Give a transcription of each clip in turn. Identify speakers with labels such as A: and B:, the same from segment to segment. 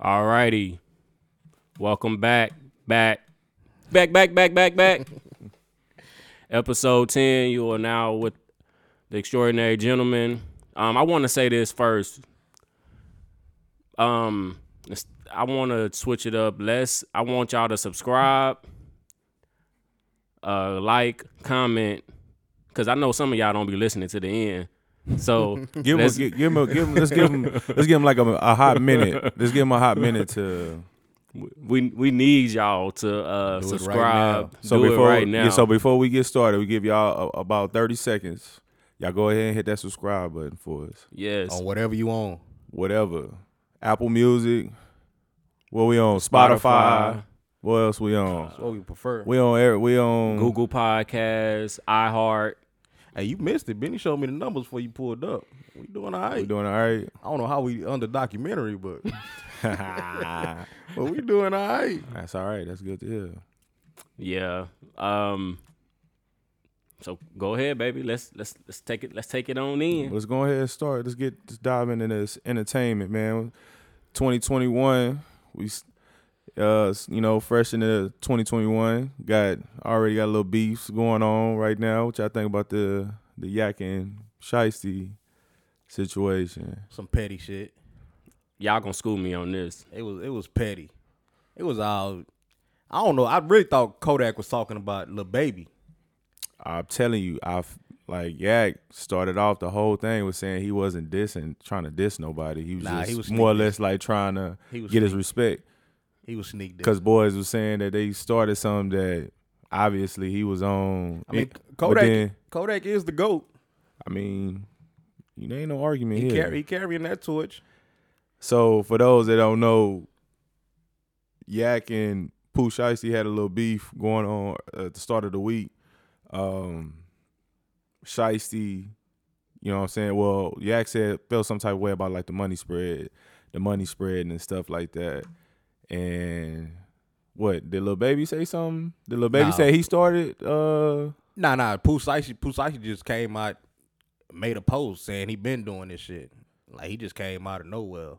A: All righty. Welcome back. Back. Back, back, back, back, back. Episode 10. You are now with the extraordinary gentleman. Um, I want to say this first. Um, it's- I want to switch it up. Let's. I want y'all to subscribe, uh, like, comment, because I know some of y'all don't be listening to the end. So
B: Give him,
A: let's-
B: give, give him, a, give him, let's give him, let's give him like a, a hot minute. Let's give him a hot minute to
A: we we need y'all to uh,
C: Do it right
A: subscribe.
C: now.
B: so
A: Do
B: before
A: it right now.
B: yeah, so before we get started, we give y'all a, about thirty seconds. Y'all go ahead and hit that subscribe button for us.
A: yes.
C: on whatever you on.
B: Whatever, Apple Music, what we on? Spotify.
A: Spotify.
B: What else we on?
C: That's what we prefer.
B: we on air. We on
A: Google Podcasts, iHeart.
C: hey, you missed it. Benny showed me the numbers before you pulled up. We doing all
B: We
C: right.
B: doing all right.
C: I don't know how we under documentary, but but we doing all right.
B: That's all right. That's good to hear.
A: Yeah. Um. So go ahead, baby. Let's let's let's take it. Let's take it on in.
B: Let's go ahead and start. Let's get let's dive into this entertainment, man. 2021, we s- uh s- you know fresh into 2021. Got already got a little beefs going on right now, which I think about the the Yak and Shiesty situation.
C: Some petty shit.
A: Y'all gonna school me on this?
C: It was it was petty. It was all. I don't know. I really thought Kodak was talking about little baby.
B: I'm telling you, I've like Yak started off the whole thing with saying he wasn't dissing, trying to diss nobody. He was
C: Nah,
B: just
C: he was
B: more or
C: sneaky.
B: less like trying to
C: He was
B: get his respect.
C: He was sneaked.
B: Because boys was saying that they started something that obviously he was on.
C: I mean,
B: It- but
C: Kodak
B: then,
C: Kodak is the goat.
B: I mean, you ain't no argument
C: He
B: here.
C: carry he carrying that torch.
B: So for those that don't know, Yak and Pooh Shiesty had a little beef going on uh, at the start of the week. Um Shiesty, you know what I'm saying? Well, Yak said felt some type of way about like the money spread, the money spread and stuff like that. And what, did little baby say something? Did little baby
C: Nah.
B: say he started uh
C: Nah, nah. Pusaishi Pusaishi just came out, made a post saying he been doing this shit. Like he just came out of nowhere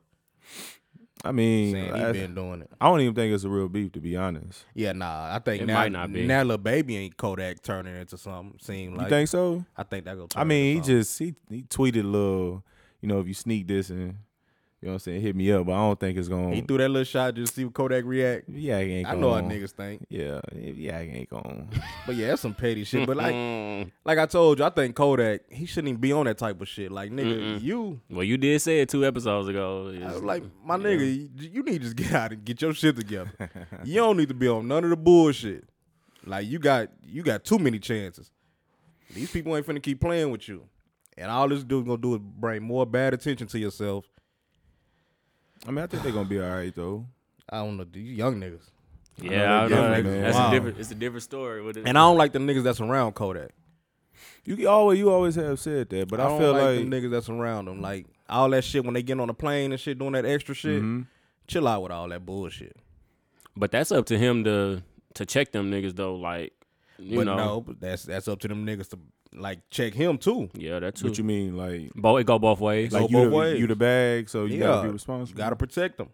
B: I mean,
C: saying he
B: I,
C: been doing it.
B: I don't even think it's a real beef to be honest.
C: Yeah, nah. I think
A: It
C: now,
A: might not be.
C: now little baby and Kodak turning into something. Seem
B: You
C: like
B: think so?
C: I think that go.
B: I mean, he just he, he tweeted a little, you know, if you sneak this and you know what I'm saying, hit me up. But I don't think it's gonna.
C: he threw that little shot just to see what Kodak react.
B: yeah, it ain't
C: I
B: going.
C: know how niggas think,
B: Yeah, yeah, it ain't going.
C: but yeah, that's some petty shit. But like,
A: Mm.
C: like I told you, I think Kodak he shouldn't even be on that type of shit. Like nigga, you.
A: Well, you did say it two episodes ago.
C: I was
A: It's-
C: like, my nigga, you, you need to just get out and get your shit together. you don't need to be on none of the bullshit. Like you got you got too many chances. These people ain't finna keep playing with you. And all this dude gonna do is bring more bad attention to yourself.
B: I mean, I think they're gonna be all right though.
C: I don't know, these young niggas.
A: yeah, I know.
B: know that
A: That's-
B: nigga,
A: That's
C: man.
A: a different. It's a different story. With it.
C: And I don't like the niggas that's around Kodak.
B: You can always you always have said that, but
C: I
B: I,
C: don't
B: feel
C: like,
B: like,
C: them niggas that's around them. Like all that shit when they get on the plane and shit doing that extra shit.
B: mm-hmm,
C: Chill out with all that bullshit.
A: but that's up to him to to check them niggas though. Like you
C: but
A: know.
C: no, but that's that's up to them niggas to like check him too.
A: Yeah, that too.
B: what you mean, like
A: Bo- it go both ways.
B: like
C: both
B: you the,
C: ways.
B: you the bag, so you gotta
C: Yeah,
B: be responsible.
C: Gotta protect them.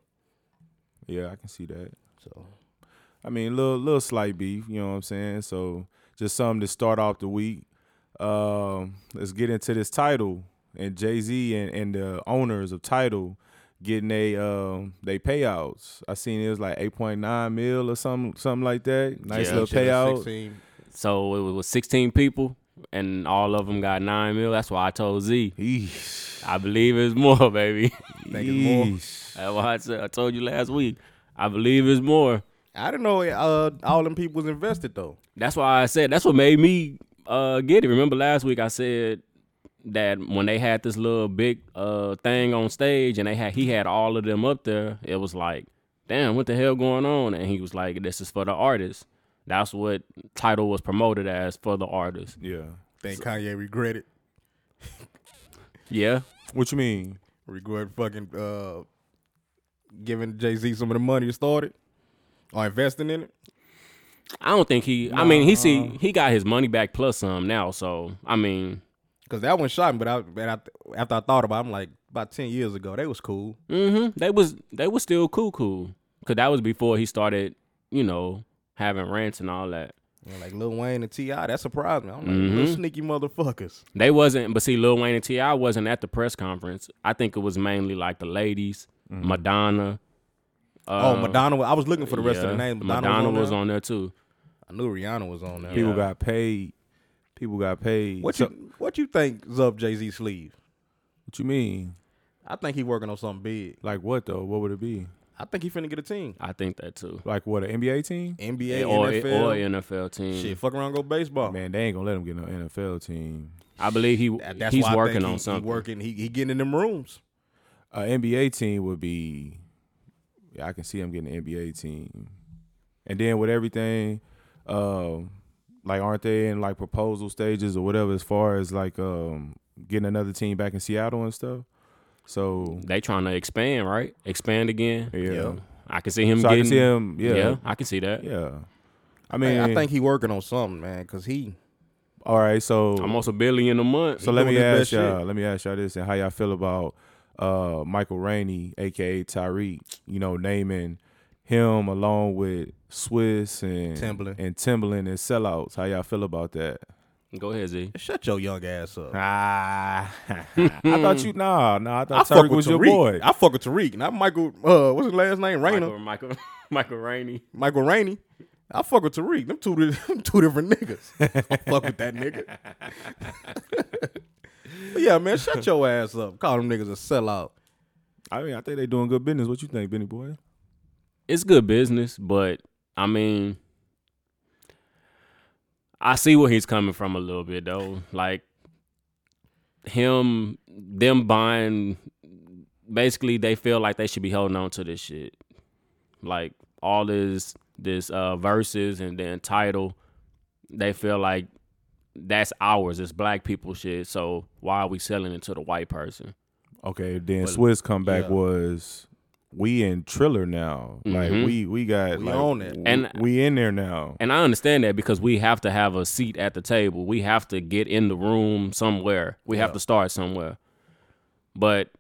B: yeah, I can see that.
C: So
B: I mean, little little slight beef, you know what I'm saying? So just something to start off the week. Um, let's get into this title and Jay Z and, and the owners of title getting they um they payouts. I seen it was like eight point nine mil or something something like that. Nice
A: Yeah.
B: little
C: Shit, that's
B: payout.
C: 16.
A: so it was, was 16 people, and all of them got nine mil. That's why I told Z.
B: Yeesh.
A: I believe it's more, baby.
C: Think it's more.
B: Yeesh.
A: That's why I, said, I told you last week. I believe it's more.
C: I didn't know uh, all them people was invested though.
A: That's why I said that's what made me uh, get it. Remember last week I said that when they had this little big uh, thing on stage and they had he had all of them up there, it was like, damn, what the hell going on? And he was like, this is for the artists. That's what title was promoted as for the artists.
B: Yeah.
C: Think Kanye regret it.
A: Yeah,
B: What you mean?
C: Regret fucking uh, giving Jay Z some of the money to start it or investing in it.
A: I don't think he. I mean, he see he got his money back plus some now. So I mean,
C: Cause that one shot me, but I, but I after I thought about, it, I'm like, about ten years ago. They was cool.
A: hmm They was they was still cool, cool. Cause that was before he started, you know, having rants and all that.
C: You know, like Lil Wayne and Ti, that surprised me. I'm like,
A: Mhm.
C: little sneaky motherfuckers.
A: They wasn't, but see, Lil Wayne and Ti wasn't at the press conference. I think it was mainly like the ladies, Madonna.
C: Mm-hmm. oh,
A: uh,
C: Madonna. was- I was looking for the rest of
A: yeah,
C: the name. Madonna,
A: Madonna, was
C: on.
A: on there too.
C: there. I knew Rihanna was on there.
B: People
A: Yeah.
B: got paid. People got paid.
C: What
B: So-
C: you What you think is up Jay Z sleeve?
B: what you mean?
C: I think he working on something big.
B: Like what though? What would it be?
C: I think he finna get a team.
A: I think that too.
B: Like what? An NBA team?
C: NBA,
A: or mm.
C: NFL,
A: or NFL team.
C: shit. Fuck around, go baseball.
B: Man, they ain't gonna let him get no NFL team.
A: I believe he
C: That- that's
A: he's
C: why I
A: working
C: think he-
A: on something.
C: He working. He, he getting in them rooms.
B: A NBA team would be. Yeah, I can see him getting an NBA team, and then with everything, um, like aren't they in like proposal stages or whatever as far as like um getting another team back in Seattle and stuff. So
A: They trying to expand, right? Expand again.
B: yeah,
C: Yeah.
A: I can see him
B: so I
A: getting.
B: can see him. Yeah, yeah.
A: I can see that.
B: I
C: I,
B: mean,
C: I think he working on something, man. Cause he
B: all right. So
A: Almost a billion a month.
B: So
C: He
B: let
C: doing
B: me
C: his
B: ask
C: best
B: y'all. Let me ask y'all this, and how y'all feel about uh, Michael Rainey, aka Tyreek? You know, naming him along with Swiss and
C: Timberland.
B: and Timberland and sellouts. How y'all feel about that?
A: Go ahead, Z.
C: shut your young ass up.
B: Ah, I thought you nah nah. I
C: I,
B: thought
C: fuck
B: Tyreek was
C: with
B: your
C: Tariq.
B: boy.
C: I fuck with Tariq, not Michael. Uh, what's his last name? Rainer.
A: Michael,
C: Michael,
A: Michael, Michael Rainey.
C: Rainey. I fuck with Tariq. Them two, di- them two different niggas. I fuck with that nigga. but yeah, man, shut your ass up. Call them niggas a sellout.
B: I mean, I think they doing good business. What you think, Benny boy?
A: It's good business, but I mean, I see where he's coming from a little bit though. Like him, them buying. Basically, they feel like they should be holding on to this shit. Like all this, this uh verses and then title. They feel like that's ours. It's black people shit. So why are we selling it to the white person?
B: Okay, then
A: Well,
B: Swiss comeback
C: yeah.
B: was we in Triller now. Like
A: Mhm.
B: we we got
C: We
B: like,
C: own it.
B: w-
A: And-
B: we in there now.
A: And I understand that because we have to have a seat at the table. We have to get in the room somewhere. We have to start somewhere. But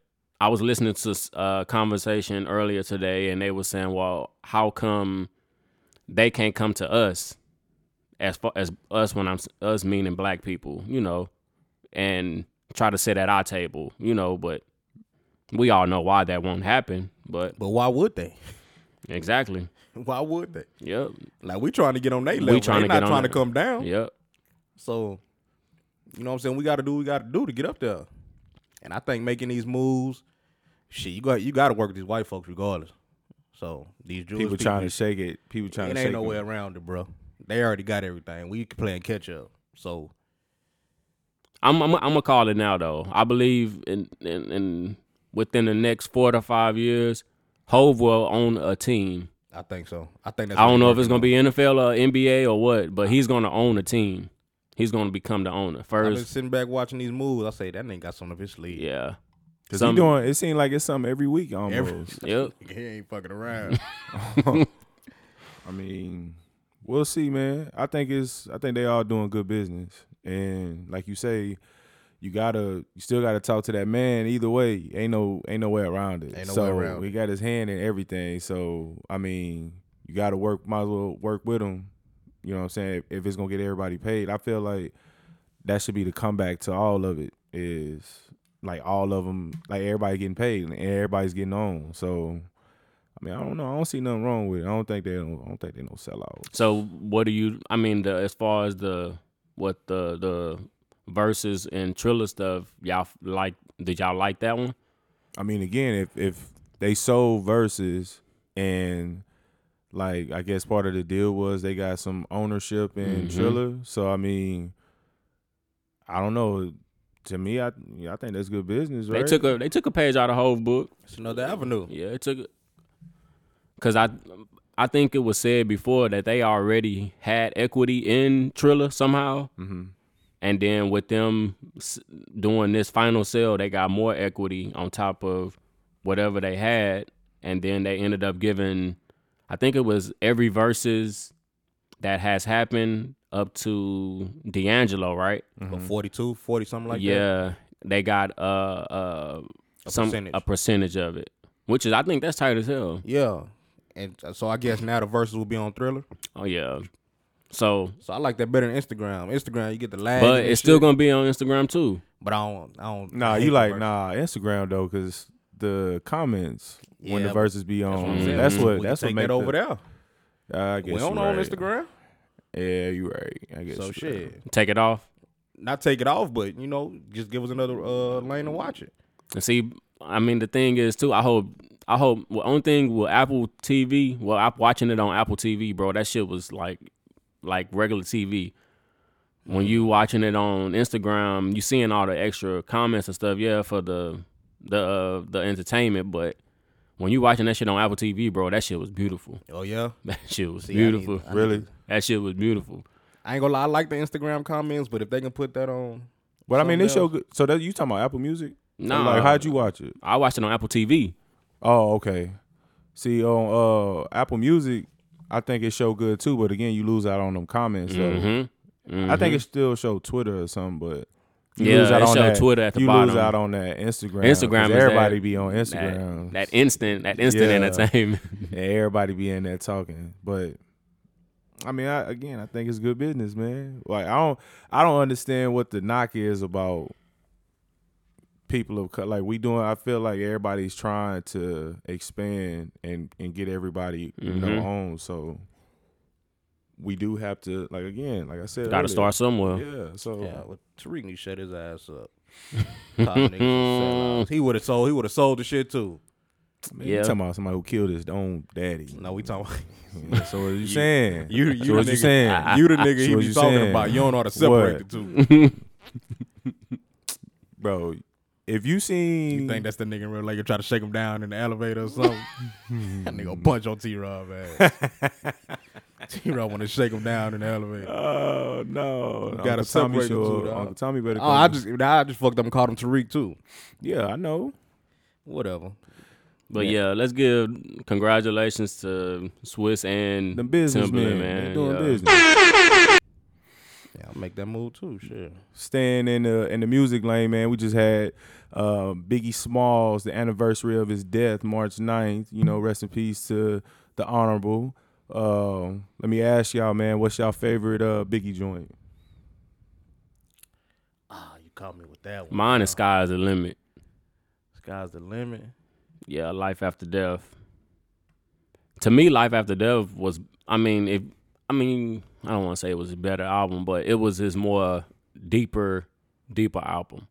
A: I was listening to a conversation earlier today, and they were saying, "Well, how come they can't come to us?" As far as us, when I'm s- us meaning black people, you know, and try to sit at our table, you know. But we all know why that won't happen. But
C: But why would they?
A: exactly,
C: Why would they?
A: yep,
C: Like we trying to get on their level.
A: trying
C: they
A: to get
C: not
A: on
C: trying to
A: it.
C: come down.
A: yep.
C: So, you know what I'm saying? We got to do what we got to do to get up there. And I think making these moves, shit, you got you got to work with these white folks regardless. So these Jewish
B: People,
C: people,
B: trying to shake it. People trying
C: it
B: to
C: ain't
B: shake
C: no
B: it.
C: way around it, bro. They already got everything. We playing catch up. So
A: I'm I'm I'm gonna call it now though. I believe in in, in within the next four to five years, Hove will own a team.
C: I think so. I think that's.
A: I
C: what
A: don't
C: they
A: know if it's
C: working
A: gonna be NFL or NBA or what, but he's gonna own a team. He's gonna become the owner
C: on. I've been
A: first.
C: sitting back watching these moves. I say that nigga got some of his sleeve.
A: Yeah.
B: Cause
A: Some-
B: he doing. It seemed like it's something every week almost.
C: Every-
A: Yep.
C: he ain't fucking around.
B: I mean, we'll see, man. I think it's. I think they all doing good business, and like you say, you gotta. You still gotta talk to that man. Either way, ain't no. Ain't no way around it.
C: Ain't no way
B: so
C: around
B: He got his hand in everything. So I mean, you gotta work. Might as well work with him. You know what I'm saying? If, if it's gonna get everybody paid, I feel like that should be the comeback to all of it. Is like all of them, like everybody getting paid and everybody's getting on. So I mean, I don't know. I don't see nothing wrong with it. I don't think they don't. I don't think they no sellout.
A: So what do you? I mean, the, as far as the what the the verses and Triller stuff, y'all f- like? Did y'all like that one?
B: I mean, again, if if they sold verses and like I guess part of the deal was they got some ownership in
A: Mhm.
B: Triller. So I mean, I don't know. To me, I I think that's good business, right?
A: They took a they took a page out of Hove book.
C: it's another avenue.
A: Yeah, it took. Cause I, I think it was said before that they already had equity in Triller somehow,
C: Mm-hmm.
B: Mhm.
A: and then with them s- doing this final sale, they got more equity on top of whatever they had, and then they ended up giving, I think it was every verses that has happened up to D'Angelo, right?
C: But 42, 40, something like that.
A: yeah, they got uh uh
C: A
A: some
C: percentage.
A: a percentage of it, which is I think that's tight as hell.
C: yeah. And uh, so I guess now the verses will be on Thriller.
A: Oh yeah. So,
C: So I like that better than Instagram. Instagram, you get the lag.
A: but
C: and
A: it's
C: shit,
A: still gonna be on Instagram too.
C: But I don't. I don't.
B: Nah,
C: I hate
B: you
C: the
B: like
C: verses.
B: nah Instagram though, cause the comments when
C: Yeah,
B: the verses be
C: That's what
B: on.
C: I'm saying.
B: That's
C: We-
B: what.
C: we can
B: That's what
C: take
B: make
C: that over
B: the,
C: there.
B: there. I guess
C: We don't
B: you
C: on
B: right.
C: Instagram.
B: Yeah, you right. I guess
C: So
B: you
C: shit,
A: Take it off
C: not take it off, but you know, just give us another uh, lane to watch it.
A: and see. I mean, the thing is too. I hope. I hope. Well, only thing with Apple TV. Well, I'm watching it on Apple TV, bro. That shit was like, like regular TV. When you watching it on Instagram, you seeing all the extra comments and stuff. Yeah, for the the uh, the entertainment, but. When you watching that shit on Apple TV, bro, that shit was beautiful.
C: Oh yeah,
A: That shit was
C: See, I need-
A: beautiful.
C: I need-
B: Really,
A: that shit was beautiful.
C: I ain't gonna lie. I like the Instagram comments, but if they can put that on,
B: but I mean, this
C: Something
B: show. good- So that you talking about Apple Music?
A: No,
B: like how'd you watch it?
A: I watched it on Apple TV.
B: Oh, okay. See on uh Apple Music, I think it show good too. But again, you lose out on them comments. So
A: Mm-hmm.
B: I think it still show Twitter or something, but you
A: Yeah,
B: lose out
A: it
B: on
A: show
B: that.
A: Twitter at the
B: you lose
A: bottom.
B: out on that Instagram.
A: Instagram
B: 'cause
A: is
B: everybody
A: that-
B: be on Instagram.
A: that, that instant, that instant
B: Yeah.
A: entertainment.
B: and everybody be in there talking. But I mean, I, again, I think it's good business, man. Like I don't, I don't understand what the knock is about people of co- like we doing. I feel like everybody's trying to expand and and get everybody you know
A: Mhm.
B: on. So we do have to like again, like I said,
A: Got
B: earlier,
A: to start somewhere.
B: Yeah. So
C: yeah, uh, well, Tariq need to shut his ass up. Cotton niggas sellouts. he would have sold. He would have sold the shit too.
B: man, you
A: Yeah.
B: talking about somebody who killed his own daddy.
C: No, we talking. About,
B: Yeah, so what you saying?
C: you, you,
B: so
C: the
B: what
C: nigga,
B: you saying?
C: You the nigga
B: So
C: he
B: what
C: be
B: you
C: talking
B: saying?
C: about. You don't know how to separate
B: What?
C: the two.
B: bro. If you seen,
C: You think that's the nigga in real life? You try to shake him down in the elevator or something? that nigga punch on T Rob ass. T Rob want to shake him down in the elevator.
B: Oh no! You Tommy
C: gotta separate the
B: show
C: two,
B: up.
C: dog.
B: Uncle Tommy better.
C: Oh,
B: come.
C: I just I just fucked up and called him Tariq too.
B: yeah, I know.
C: Whatever.
A: But yeah. let's give congratulations to Swiss and
B: Them businessmen,
A: Timberland,
B: man,
A: man.
B: they doing
A: yeah.
B: business,
C: Yeah, I'll make that move too. Shit.
B: staying in the in the music lane, man. We just had uh, Biggie Smalls, the anniversary of his death, March 9th. You know, rest in peace to the honorable. Um, let me ask y'all, man, what's y'all favorite uh, Biggie joint?
C: Ah, you caught me with that one.
A: Mine is sky's the limit.
C: Sky's the limit.
A: Yeah, life after death. To me, life after death was. I mean, if I mean, I don't want to say it was a better album, but it was his more deeper, deeper album.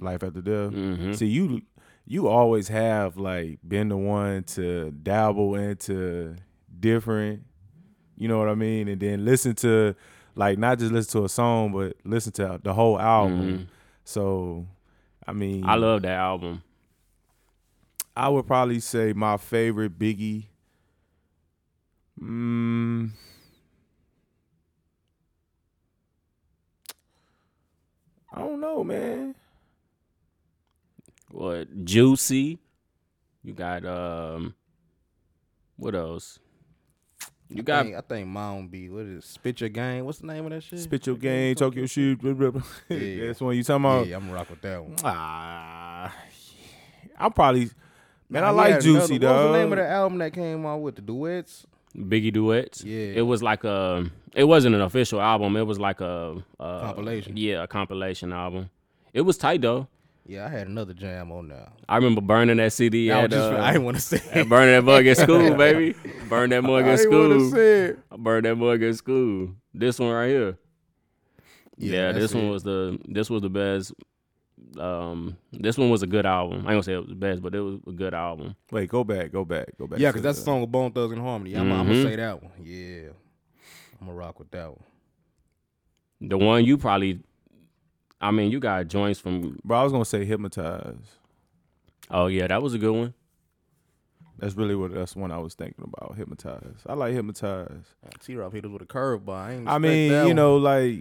B: Life after death.
A: hmm
B: See you, you always have like been the one to dabble into different, you know what I mean, and then listen to like not just listen to a song, but listen to the whole album.
A: Mhm.
B: So, I mean,
A: I love that album.
B: I would probably say my favorite Biggie. Mm, I don't know, man.
A: What Juicy? You got um, what else? You
C: I
A: got
C: think, I think mine be what is it? Spit your game. What's the name of that shit?
B: Spit your game, talk your shit. Blah, blah, blah.
C: Yeah.
B: That's one you talking about.
C: Yeah, I'm rock with that one.
B: Ah, I'm probably man. I
C: Nah, he
B: like
C: had
B: Juicy
C: another- What
B: dog.
C: was the name of the album that came out with the duets?
A: Biggie duets.
C: Yeah.
A: it was like a. It wasn't an official album. It was like a, a
C: Uh, Compilation.
A: Yeah, a compilation album. It was tight though.
C: Yeah, I had another jam on there.
A: I remember burning that CD
C: I,
A: at,
C: was just,
A: uh,
C: I didn't want to say.
A: at burning that mug at school, baby. Burn that mug at school.
C: said.
A: I burned that mug at school. This one right here.
C: Yeah,
A: Yeah,
C: that's
A: this one
C: it.
A: was the this was the best. Um, this one was a good album. I ain't gonna say it was the best, but it was a good album.
B: Wait, go back, go back, go back.
C: Yeah,
B: to
C: because that's the
B: the-
C: song with Bone Thugs and Harmony. I'm, I'm gonna
A: Mhm.
C: say that one. Yeah, I'm gonna rock with that one.
A: The one you probably, I mean, you got joints from.
B: Bro, I was gonna say hypnotize.
A: Oh yeah, that was a good one.
B: That's really what that's one I was thinking about. Hypnotize. I like hypnotize.
C: T Rob hit us with a curve, but I ain't.
B: I
C: expect
B: mean,
C: that
B: you
C: one.
B: know, like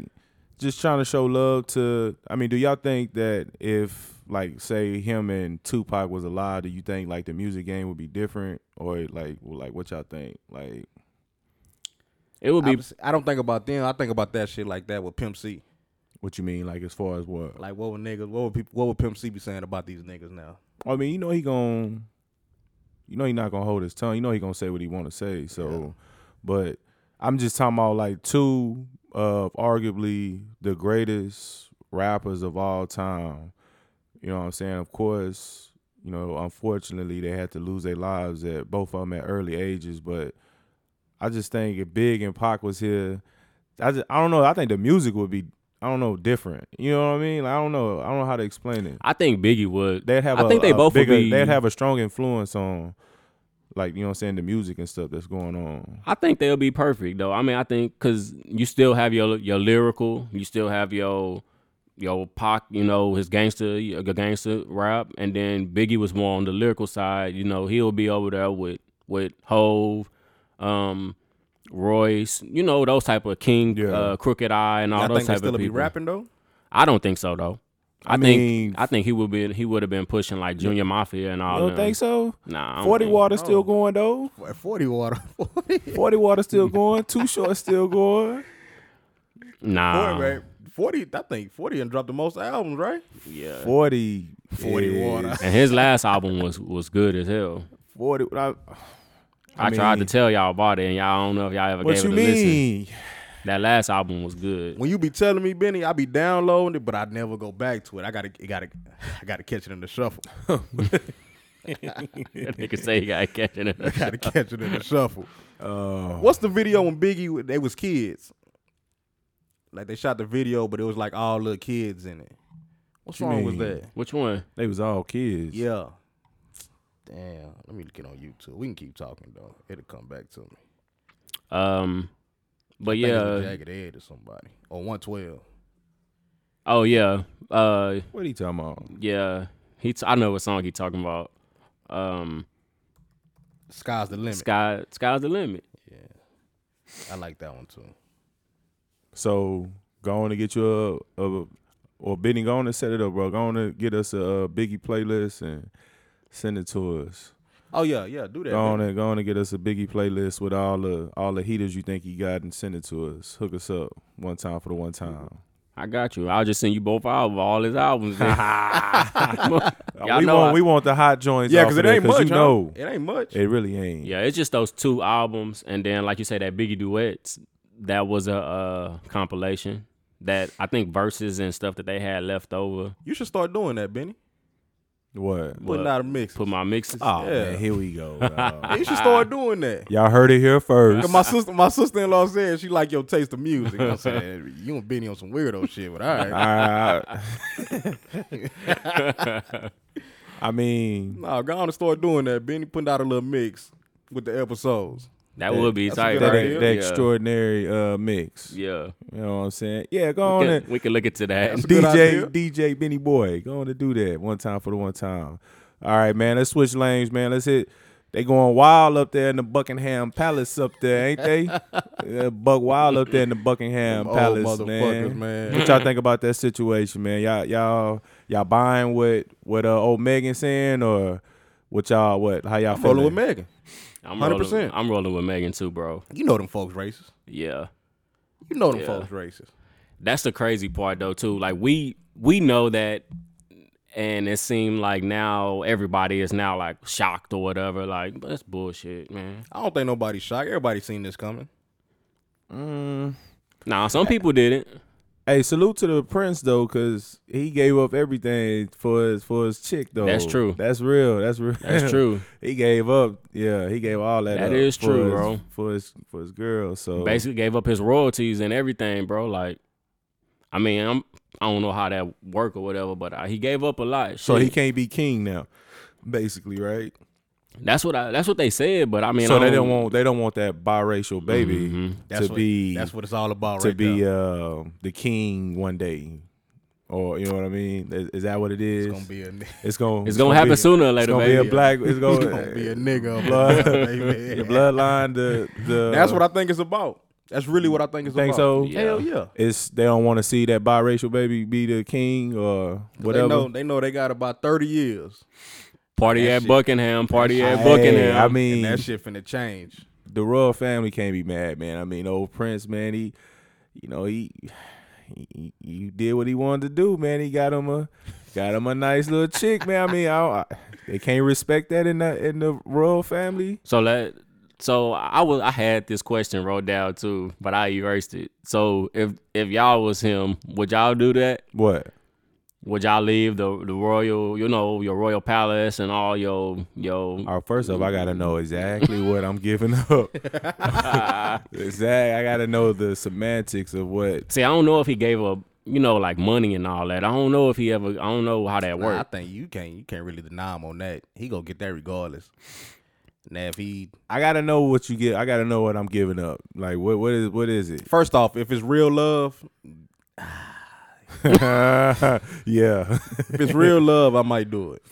B: just trying to show love to. I mean, do y'all think that if like say him and Tupac was alive, do you think like the music game would be different or like well, like what y'all think? Like
A: It would be.
C: I'm s- I don't think about them. I think about that shit like that with Pimp C.
B: what you mean? Like as far as what?
C: Like, what would niggas? What would people? What would Pimp C be saying about these niggas now?
B: I mean, you know he gon' you know he not gonna hold his tongue. You know he gonna say what he want to say. So, but I'm just talking about like two of arguably the greatest rappers of all time. You know what I'm saying? Of course, you know unfortunately they had to lose their lives at both of them at early ages. But I just think if Big and Pac was here, I just I don't know. I think the music would be I don't know different. You know what I mean? Like, I don't know. I don't know how to explain it
A: I think Biggie would.
B: they'd have.
A: I
B: a-
A: think they
B: a
A: both would
B: bigger-
A: be-
B: They'd have a strong influence on, like you know, what I'm saying the music and stuff that's going on.
A: I think they'll be perfect though. I mean, I think because you still have your your lyrical, you still have your your Pac, you know, his gangster, your gangster rap, and then Biggie was more on the lyrical side. You know, he'll be over there with with Hove, um, Royce, you know, those type of King,
B: Yeah.
A: uh, Crooked Eye, and all
C: I
A: those
C: think
A: type
C: they still
A: of
C: be
A: people.
C: rapping though.
A: I don't think so though. I,
B: I mean-
A: think I think he would be he would have been pushing like Junior Mafia and all.
B: You don't
A: them.
B: think so?
A: Nah, I don't
B: Forty
A: think-
B: water still going though.
C: Boy, Forty water.
B: Forty water still going. Too short still going.
A: Nah,
C: Boy, man, Forty. I think Forty and dropped the most albums, right?
A: yeah.
B: Forty.
C: 40 water.
B: is-
A: And his last album was was good as hell.
B: Forty. I,
A: I, tried to
B: mean,
A: tell y'all about it, and y'all don't know if y'all ever
B: What
A: gave
B: you
A: it a listen.
B: mean?
A: That last album was good.
C: When you be telling me, Benny, I be downloading it, but I never go back to it. I gotta, I gotta, I gotta catch it in the shuffle.
A: they could say you got catching it.
C: gotta catch it in the shuffle.
B: Uh,
C: What's the video when Biggie w- they was kids? Like they shot the video, but it was like all little kids in it. What's
B: You
C: wrong
B: mean-
C: with that?
A: Which one?
B: they was all kids.
C: Yeah. Damn. Let me get on YouTube. We can keep talking though. It'll come back to me.
A: Um, but
C: I think it's a
A: yeah.
C: jagged edge or somebody or one twelve.
A: Oh yeah. Uh,
B: What are you talking about?
A: yeah. He. T- I know what song he talking about. Um,
C: Sky's the limit.
A: sky. Sky's the limit.
C: I like that one too.
B: So go on and get you a, a or Benny, go on and set it up, bro. Go on and get us a, uh Biggie playlist and send it to us.
C: Oh yeah, yeah. Do that.
B: Go on
C: man.
B: and go on and get us a Biggie playlist with all the all the heaters you think he got and send it to us. Hook us up one time for the one time.
A: I got you. I'll just send you both albums, all his albums. then. Y'all
B: we
A: know
B: want
A: I-
B: we want the hot joints.
C: Yeah,
B: off
C: because
B: of
C: it
B: that,
C: ain't much.
B: You
C: huh?
B: know,
C: It ain't much.
B: it really ain't.
A: Yeah, it's just those two albums, and then like you say, that Biggie duets. That was a uh, compilation that I think verses and stuff that they had left over.
C: You should start doing that, Benny.
B: What?
C: Putting out a mix.
A: Put my mixes.
B: Oh
C: Yeah.
B: man, here we go. dawg.
C: you should start doing that.
B: Y'all heard it here first.
C: Cause my sister, my sister in law said she like your taste of music. I said you and Benny on some weirdo shit, but all
B: All
C: right.
B: right, all right. I mean,
C: Nah, go on and start doing that. Benny putting out a little mix with the episodes.
A: that would be
C: That's a
A: tight.
C: good
B: that,
A: right?
C: idea.
B: that
A: yeah.
B: extraordinary uh, mix.
A: Yeah,
B: You know what I'm saying? Yeah, go on
A: we
B: and
A: can, we can look into that.
C: a good
B: DJ DJ Benny Boy. Going to do that one time for the one time. All right, man. Let's switch lanes, man. Let's hit. They going wild up there in the Buckingham Palace up there, ain't they? yeah, buck wild up there in the Buckingham
C: Them old
B: Palace,
C: Oh, motherfuckers,
B: man.
C: man.
B: What y'all think about that situation, man? Y'all y'all y'all buying what what uh, old Megan saying or what y'all what how y'all
C: Rolling with
B: feeling?
C: Megan.
A: I'm
C: 100%.
A: rolling. I'm rolling with Megan too, bro.
C: You know them folks racist.
A: Yeah,
C: You know them
A: Yeah.
C: folks racist.
A: that's the crazy part though too. Like we we know that, and it seemed like now everybody is now like shocked or whatever. Like but that's bullshit, man.
C: I don't think nobody's shocked. Everybody seen this coming.
A: Nah, some people didn't.
B: Hey, salute to the prince though, cause he gave up everything for his for his chick though.
A: That's true.
B: That's real. That's real.
A: That's true.
B: He gave up. Yeah, he gave all that.
A: That
B: That
A: is
B: is
A: true,
B: his,
A: bro.
B: For his for his girl. So
A: basically gave up his royalties and everything, bro. Like, I mean, I'm I don't know how that work or whatever, but uh he gave up a lot.
B: so he
A: Shit.
B: can't be king now. Basically, right?
A: That's what I. That's what they said. But I mean,
B: so
A: I
B: they don't want they don't want that biracial baby
A: Mhm.
C: That's
B: to
C: what
B: be
C: that's what it's all about
B: to
C: right
B: be
C: there.
B: uh, the king one day, or you know what I mean? Is, is that what it is?
C: it's gonna be a ni-
B: It's gonna
A: It's gonna happen
B: be-
A: sooner or
B: It's
A: later,
B: gonna be
A: baby.
B: a black. It's
C: it's
B: gonna,
C: gonna be a nigga. of
B: blood.
C: blood, baby.
B: the bloodline. The the
C: That's what I think it's about. That's really what I think it's
B: Uh, think.
C: about.
B: So
A: Yeah.
C: Hell yeah.
B: it's they don't want to see that biracial baby be the king or
C: They
B: whatever.
C: know they know they got about thirty years.
A: party
C: That
A: at
C: shit-
A: Buckingham. Party at
B: Hey,
A: Buckingham.
B: I
C: And
B: mean,
C: that shit finna change.
B: the royal family can't be mad, man. I mean, old Prince, man, he, you know, he, he, he did what he wanted to do, man. He got him a, got him a nice little chick, man. I mean, I, I They can't respect that in the in the royal family.
A: So let so I was I had this question wrote down too, but I erased it. So if if y'all was him, would y'all do that?
B: What?
A: Would y'all leave the the royal, you know, your royal palace and all your your
B: All right, Oh, first off, I gotta know exactly what I'm giving up. exactly, I gotta know the semantics of what.
A: See, I don't know if he gave up, you know, like money and all that. I don't know if he ever I don't know how that
C: Nah, I
A: worked.
C: think you can't you can't really deny him on that. He gonna get that regardless. Now if he
B: I gotta know what you get. I gotta know what I'm giving up. Like what? What is? What is it?
C: first off, if it's real love,
B: yeah.
C: if it's real love, I might do it.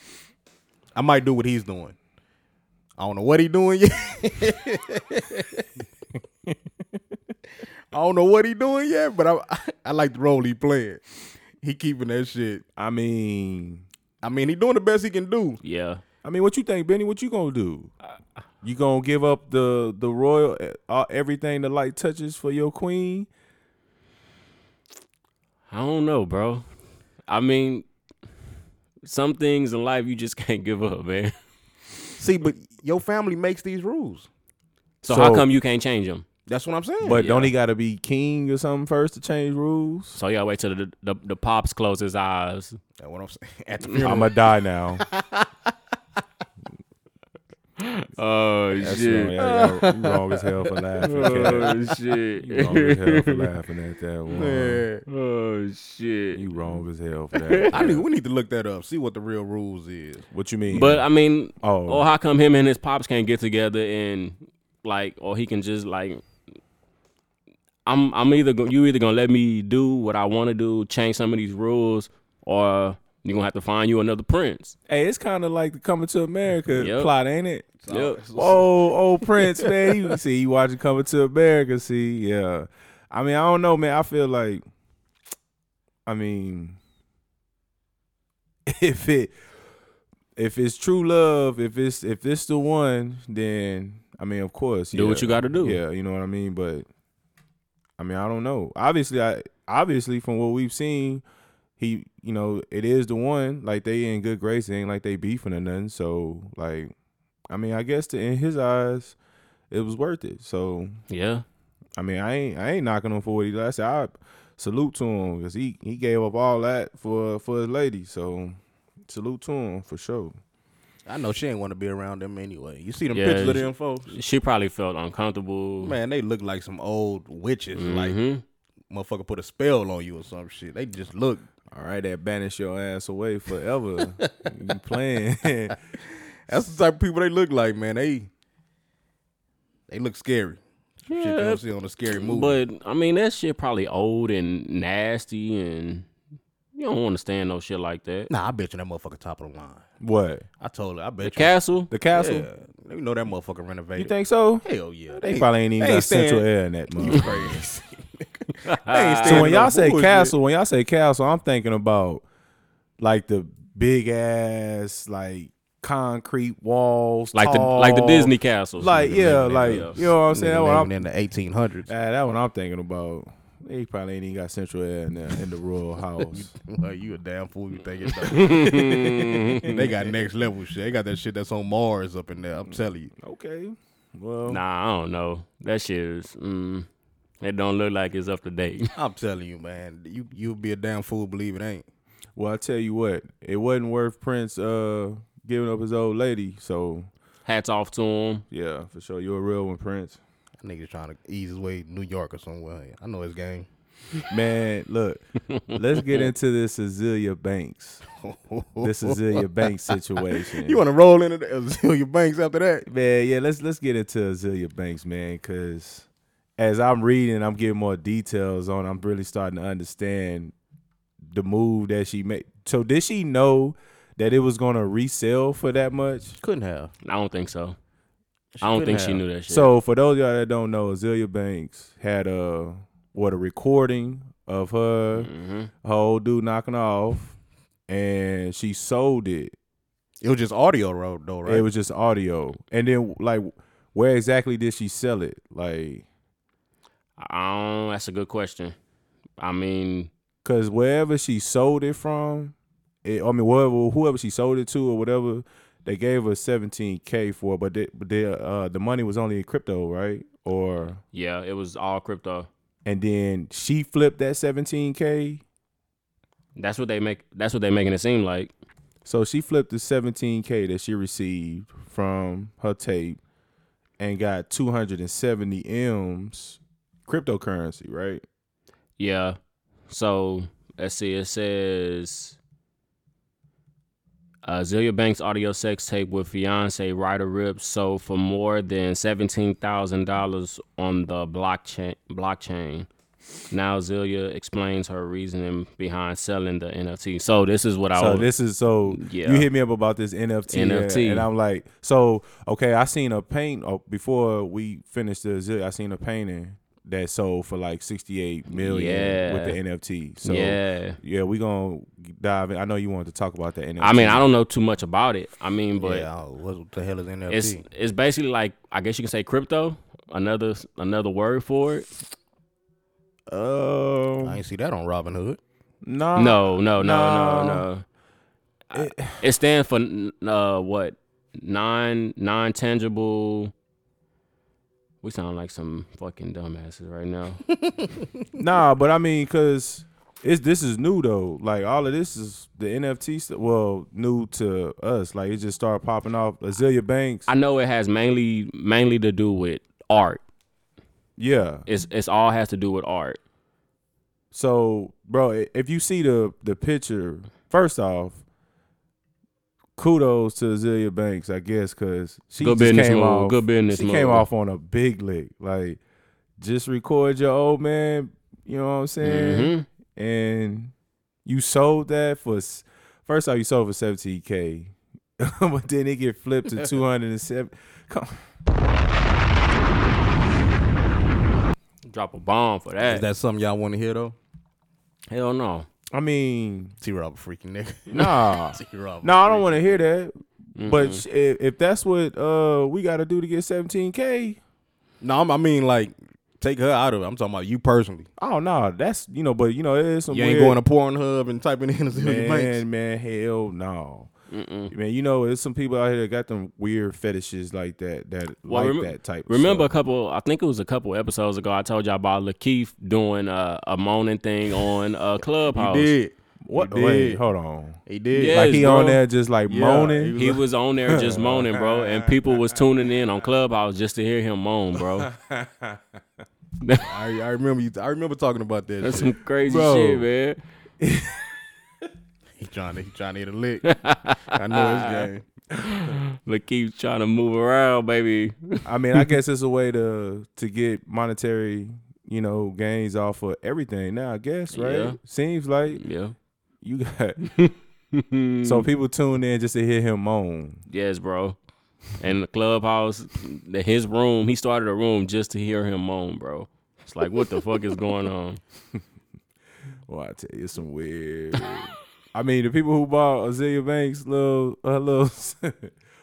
C: I might do what he's doing. I don't know what he doing yet. I don't know what he doing yet, but I I like the role he playing. He keeping that shit.
B: I mean,
C: I mean, he doing the best he can do.
A: yeah.
B: I mean, what you think, Benny? What you gonna do? You gonna give up the the royal uh, everything the light touches for your queen?
A: I don't know, bro. I mean, some things in life you just can't give up, man.
C: See, but your family makes these rules.
A: So, how
B: So-
A: come you can't change them?
C: That's what I'm saying.
B: But don't
A: Yeah.
B: he gotta be king or something first to change rules?
A: So y'all wait till the, the the pops close his eyes.
C: That's what I'm saying. At the funeral.
B: I'ma die now.
A: Oh
B: That's wrong.
A: shit!
B: Yeah, yeah, you wrong as hell for laughing. Cat.
A: Oh
B: You wrong as hell for
A: shit!
B: laughing at that one.
C: Yeah.
A: oh shit!
B: You wrong as hell for that.
C: I need, we need to look that up. See what the real rules is.
B: What you mean?
A: But I mean,
B: oh,
A: or how come him and his pops can't get together and like, or he can just like, I'm I'm either go, you either gonna let me do what I want to do, change some of these rules, or you gonna have to find you another prince.
B: hey, it's kind of like the Coming to America
A: Yep.
B: plot, ain't it?
A: Yep.
B: Oh, old Prince, man. You see, you watching Coming to America. See, yeah. I mean, I don't know, man. I feel like, I mean, if it, if it's true love, if it's if it's the one, then I mean, of course,
A: Do what
B: yeah.
A: you gotta do.
B: Yeah, you know what I mean. But I mean, I don't know. Obviously, I obviously from what we've seen, he, you know, it is the one. Like they in good grace. It ain't like they beefing or nothing. So like, I mean, I guess to, in his eyes, it was worth it. So
A: Yeah.
B: I mean, I ain't I ain't knocking him for what he did. I said I salute to him because he he gave up all that for for his lady. So salute to him for sure.
C: I know she ain't want to be around them anyway. You see them
A: Yeah,
C: pictures of
A: she-
C: them folks?
A: She probably felt uncomfortable.
C: Man, they look like some old witches. Like
A: Mhm.
C: motherfucker put a spell on you or some shit. They just look.
B: All right, that banish your ass away forever. you playing.
C: That's the type of people they look like, man. They they look scary. Some shit you
A: Yeah.
C: don't see on a scary movie.
A: But I mean, that shit probably old and nasty, and you don't want to stand no shit like that.
C: nah, I bet you that motherfucker top of the line.
B: what
C: I told her. I
A: The
C: bet you.
A: castle,
B: the castle?
C: yeah, you know that motherfucker renovated.
B: You think so?
C: Hell yeah.
B: They probably ain't even
C: they
B: got
C: staying-
B: central air in that motherfucker.
C: crazy. they ain't
B: So when
C: standing no
B: y'all say
C: bullshit.
B: castle, when y'all say castle, I'm thinking about like the big ass like concrete walls,
A: like the
B: tall-
A: like the Disney castle,
B: like yeah, like
A: else.
B: you know what I'm saying. That's
C: Nigga
B: what "Oh, I'm,
C: living in the 1800s.
B: Ah, that one I'm thinking about. They probably ain't even got central air in the, in the royal house.
C: Well, you a damn fool. You think it's they got next level shit. They got that shit that's on Mars up in there. I'm telling you.
B: okay, well,
A: Nah, I don't know. That shit is. Mm, it don't look like it's up to date.
C: I'm telling you, man. You you'll be a damn fool. Believe it ain't.
B: well I tell you what, it wasn't worth Prince uh giving up his old lady. So
A: Hats off to him.
B: yeah, for sure, you're a real one, Prince.
C: That nigga's trying to ease his way to New York or somewhere. I know his game.
B: Man, look, let's get into this Azealia Banks, this Azealia Banks situation.
C: You want to roll into the Azealia Banks after that?
B: Man, yeah, let's let's get into Azealia Banks, man, because as I'm reading, I'm getting more details on. I'm really starting to understand the move that she made. So did she know that it was gonna resell for that much?
C: Couldn't have.
A: I don't think so. I don't think she knew that shit.
B: So for those of y'all that don't know, Azealia Banks had a what a recording of her
A: Mhm.
B: her old dude knocking her off, and she sold it.
C: It was just audio road though, right?
B: It was just audio, and then like where exactly did she sell it? Like.
A: I don't. That's a good question. I mean,
B: Cause wherever she sold it from, it, I mean wherever whoever she sold it to or whatever, They gave us 17k for, it, but they, but they, uh, the money was only in crypto, right? Or
A: Yeah, it was all crypto.
B: and then she flipped that 17k.
A: That's what they make. That's what they making it seem like.
B: So she flipped the 17k that she received from her tape and got 270 m's cryptocurrency, right?
A: Yeah. So let's see. It says uh, Zelia Banks audio sex tape with fiance Ryder Rip sold for more than seventeen thousand dollars on the blockchain. Blockchain. Now Zelia explains her reasoning behind selling the NFT. So this is what I
B: So
A: was.
B: this is so
A: Oh, Yeah.
B: you hit me up about this NFT, yeah,
A: NFT.
B: and I'm like, so okay, I seen a paint oh, before we finished the zillion, I seen a painting that sold for like 68 million with the
A: Yeah.
B: NFT. So yeah,
A: yeah.
B: we gonna dive in. I know you wanted to talk about that NFT.
A: I mean, I don't know too much about it. I mean, but
C: yeah, oh, what the hell is NFT?
A: it's it's basically like I guess you can say crypto. Another another word for it.
B: Um,
C: I ain't see that on Robin Hood.
B: no,
A: No, no, no, no,
B: no.
A: no. I- It, stands for n- uh, what? Non non tangible. We sound like some fucking dumbasses right now.
B: Nah, but I mean, cause it's this is new though. Like all of this is the NFT. St- well, new to us. Like it just started popping off. Azealia Banks.
A: I know it has mainly mainly to do with art.
B: yeah.
A: It's it's all has to do with art.
B: So, bro, i- if you see the the picture, first off, kudos to Azealia Banks, I guess, because she
A: Good
B: just
A: business
B: came
A: move.
B: off.
A: Good business
B: she
A: move.
B: came off on a big lick. Like, just record your old man. You know what I'm saying?
A: hmm
B: and you sold that for s- first off you sold for 17k but then it get flipped to 207 Come-
A: Drop a bomb for
C: Is
A: that.
C: that something y'all want to hear though?
A: Hell no.
B: i mean
C: T Rob a freaking nigga.
B: nah
C: T Rob.
B: no i don't want to hear that but
A: Mm-mm.
B: sh- if, if that's what uh we got to do to get 17k
C: No, I'm- I mean like take her out of it. I'm talking about you personally.
B: oh no that's you know but you know it's some
C: You ain't going
B: weird-
C: to Pornhub and typing in Azealia Banks.
B: man man hell no
A: Mm-mm.
B: man you know there's some people out here that got them weird fetishes like that that
A: Well,
B: like
A: remem-
B: that type of
A: Remember a
B: stuff.
A: couple? I think it was a couple episodes ago. I told y'all about Lakeith doing uh, a moaning thing on uh, Clubhouse.
C: He did.
B: Oh, what
C: You
B: wait
C: did.
B: hold on
C: He did.
A: Yeah.
B: like
A: Yes,
B: he
A: bro.
B: on there just like
C: Yeah,
B: moaning
C: he
A: He was on there just moaning, bro, and people was tuning in on Clubhouse just to hear him moan, bro.
C: I, I remember you. I remember talking about that.
A: That's
C: shit.
A: some crazy
B: Bro.
A: shit, man.
C: He trying to he trying to hit a lick. I know his game.
A: Lakeith trying to move around, baby.
B: I mean, I guess it's a way to to get monetary, you know, gains off of everything. Now, I guess, right?
A: Yeah.
B: Seems like
A: yeah.
B: you got so people tune in just to hear him moan.
A: Yes, bro. And the clubhouse, the- his room. He started a room just to hear him moan, bro. It's like, what the fuck is going on?
B: Well, I tell you, it's some weird. I mean, the people who bought Azealia Banks' little her little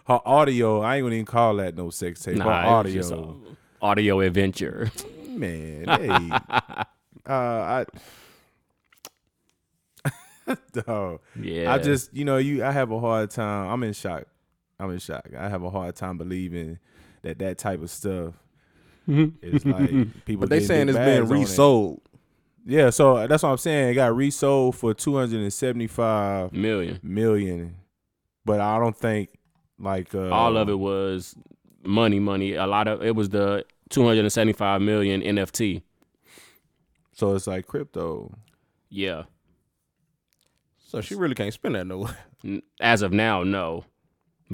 B: her audio. I ain't gonna even call that no sex tape.
A: Nah,
B: her
A: it was
B: audio,
A: just a audio adventure.
B: man. They, uh, I. Dog.
A: Yeah,
B: I just, you know, you I have a hard time. I'm in shock. I'm in shock. I have a hard time believing that that type of stuff is like people.
C: Mm-hmm. But they
B: getting
C: saying
B: big
C: it's
B: bags
C: being
B: on it.
C: resold.
B: Yeah, so uh, that's what I'm saying. It got resold for 275
A: million.
B: million, but I don't think like uh,
A: All of it was money, money. A lot of it was the 275 million NFT.
B: So it's like crypto.
A: Yeah.
C: So she really can't spend that nowhere.
A: N- As of now, no,
C: So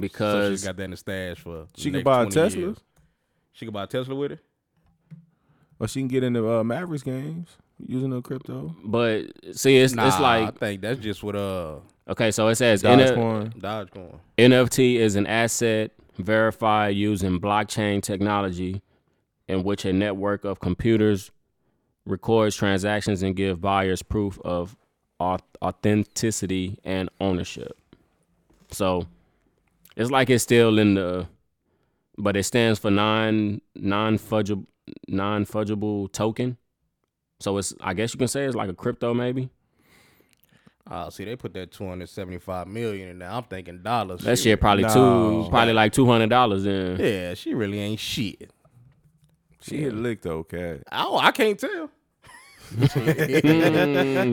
A: because
C: she got that in the stash for.
B: She
C: the
B: can
C: next
B: buy a
C: 20
B: Tesla,
C: years. She can buy a Tesla with it.
B: or she can get into uh, Mavericks games using the crypto.
A: but see, it's it's
C: I
A: like
C: think that's just what uh
A: okay, so it says N-
B: Dogecoin.
C: Dodge going.
A: NFT is an asset verified using blockchain technology, in which a network of computers records transactions and give buyers proof of au- authenticity and ownership. So it's like it's still in the, but it stands for non non fungible non fungible token. So it's I guess you can say it's like a crypto maybe.
C: Oh, see, they put that two hundred seventy-five million in there. I'm thinking dollars.
A: That
C: She-
A: shit probably
B: No.
A: two, probably like two hundred dollars in.
C: Yeah, she really ain't shit.
B: She hit licked though, cat.
C: Oh, I can't tell.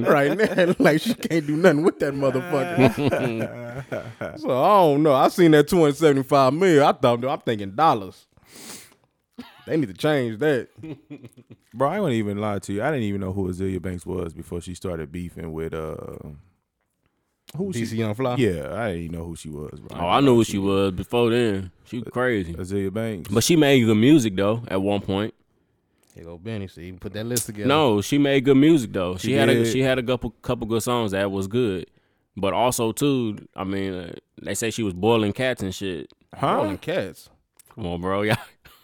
C: right now, like she can't do nothing with that motherfucker. so I don't know. I seen that two hundred seventy-five million. I thought, I'm thinking dollars. They need to change that.
B: Bro, I wouldn't even lie to you. I didn't even know who Azealia Banks was before she started beefing with uh who was
C: DC
B: she?
C: Young Fly.
B: Yeah, I didn't even know who she was, bro.
A: Oh, I knew who she was before then. She
C: Uh,
A: was crazy,
B: Azealia Banks.
A: but she made good music though. At one point,
C: Here go Benny. See, he put that list together.
A: no, she made good music though. She,
B: She
A: had a
B: did.
A: she had a couple couple good songs that was good, but also too, I mean, uh, they say she was boiling cats and shit.
B: huh?
C: Rolling cats.
A: Come on, bro, yeah.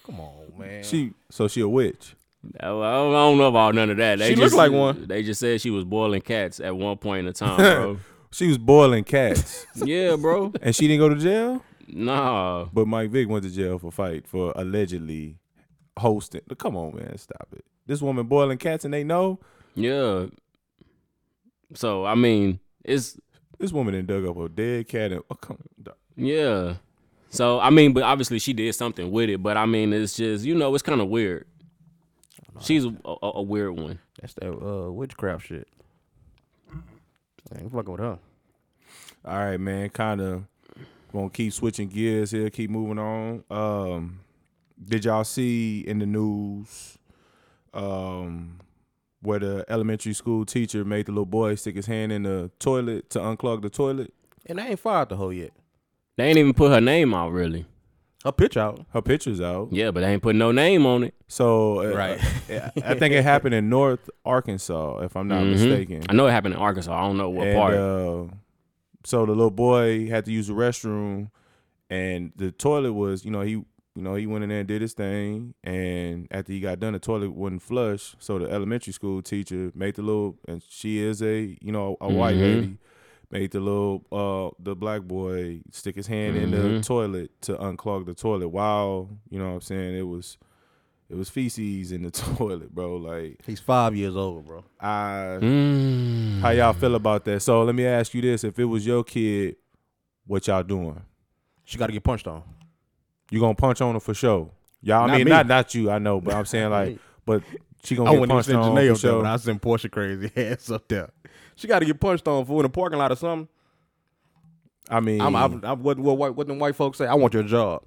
C: Come on, man.
B: She so she a witch.
A: I don't- I don't know about none of that. They
C: She look
A: just,
C: like one.
A: They just said she was boiling cats at one point in time, bro.
B: She was boiling cats.
A: yeah, bro.
B: and she didn't go to jail?
A: Nah,
B: But Mike Vick went to jail for fight for allegedly hosting. Come on, man, stop it. This woman boiling cats and they know
A: yeah. So I mean, it's
B: this woman done dug up a dead cat and oh, come on.
A: Yeah. So I mean, but obviously she did something with it. But I mean, it's just you know, it's kind of weird. She's a, a, a weird one.
C: That's that uh, witchcraft shit. I ain't fucking with her.
B: All right, man. Kind of gonna keep switching gears here. Keep moving on. Um, did y'all see in the news um, where the elementary school teacher made the little boy stick his hand in the toilet to unclog the toilet?
C: And I ain't fired the hoe yet.
A: They ain't even put her name out really.
C: Her pitch out.
B: Her picture's out.
A: Yeah, but they ain't put no name on it.
B: So uh,
C: Right.
B: I think it happened in North Arkansas, if I'm not
A: Mhm.
B: mistaken.
A: I know it happened in Arkansas. I don't know what
B: And,
A: part.
B: uh, so the little boy had to use the restroom, and the toilet was, you know, he, you know, he went in there and did his thing, and after he got done, the toilet wouldn't flush. So the elementary school teacher made the little, and she is a, you know, a white
A: Mhm.
B: lady, made the little, uh, the black boy stick his hand in the
A: Mhm.
B: toilet to unclog the toilet. While you know, what I'm saying it was, it was feces in the toilet, bro. Like
C: He's five years old, bro.
B: I.
A: Mm.
B: How
C: Mm-hmm.
B: y'all feel about that? So let me ask you this: If it was your kid, what y'all doing?
C: She got to get punched on.
B: You gonna punch on her for sure? Y'all,
C: Not
B: I mean,
C: me.
B: not not you. I know, but I'm saying like, but she gonna
C: Oh,
B: get punched on for
C: up there,
B: sure.
C: but I sent Portia crazy ass up there. She got to get punched on for in the parking lot or something.
B: I mean,
C: I'm, I'm, I'm what, what, what, what them white folks say? I want your job.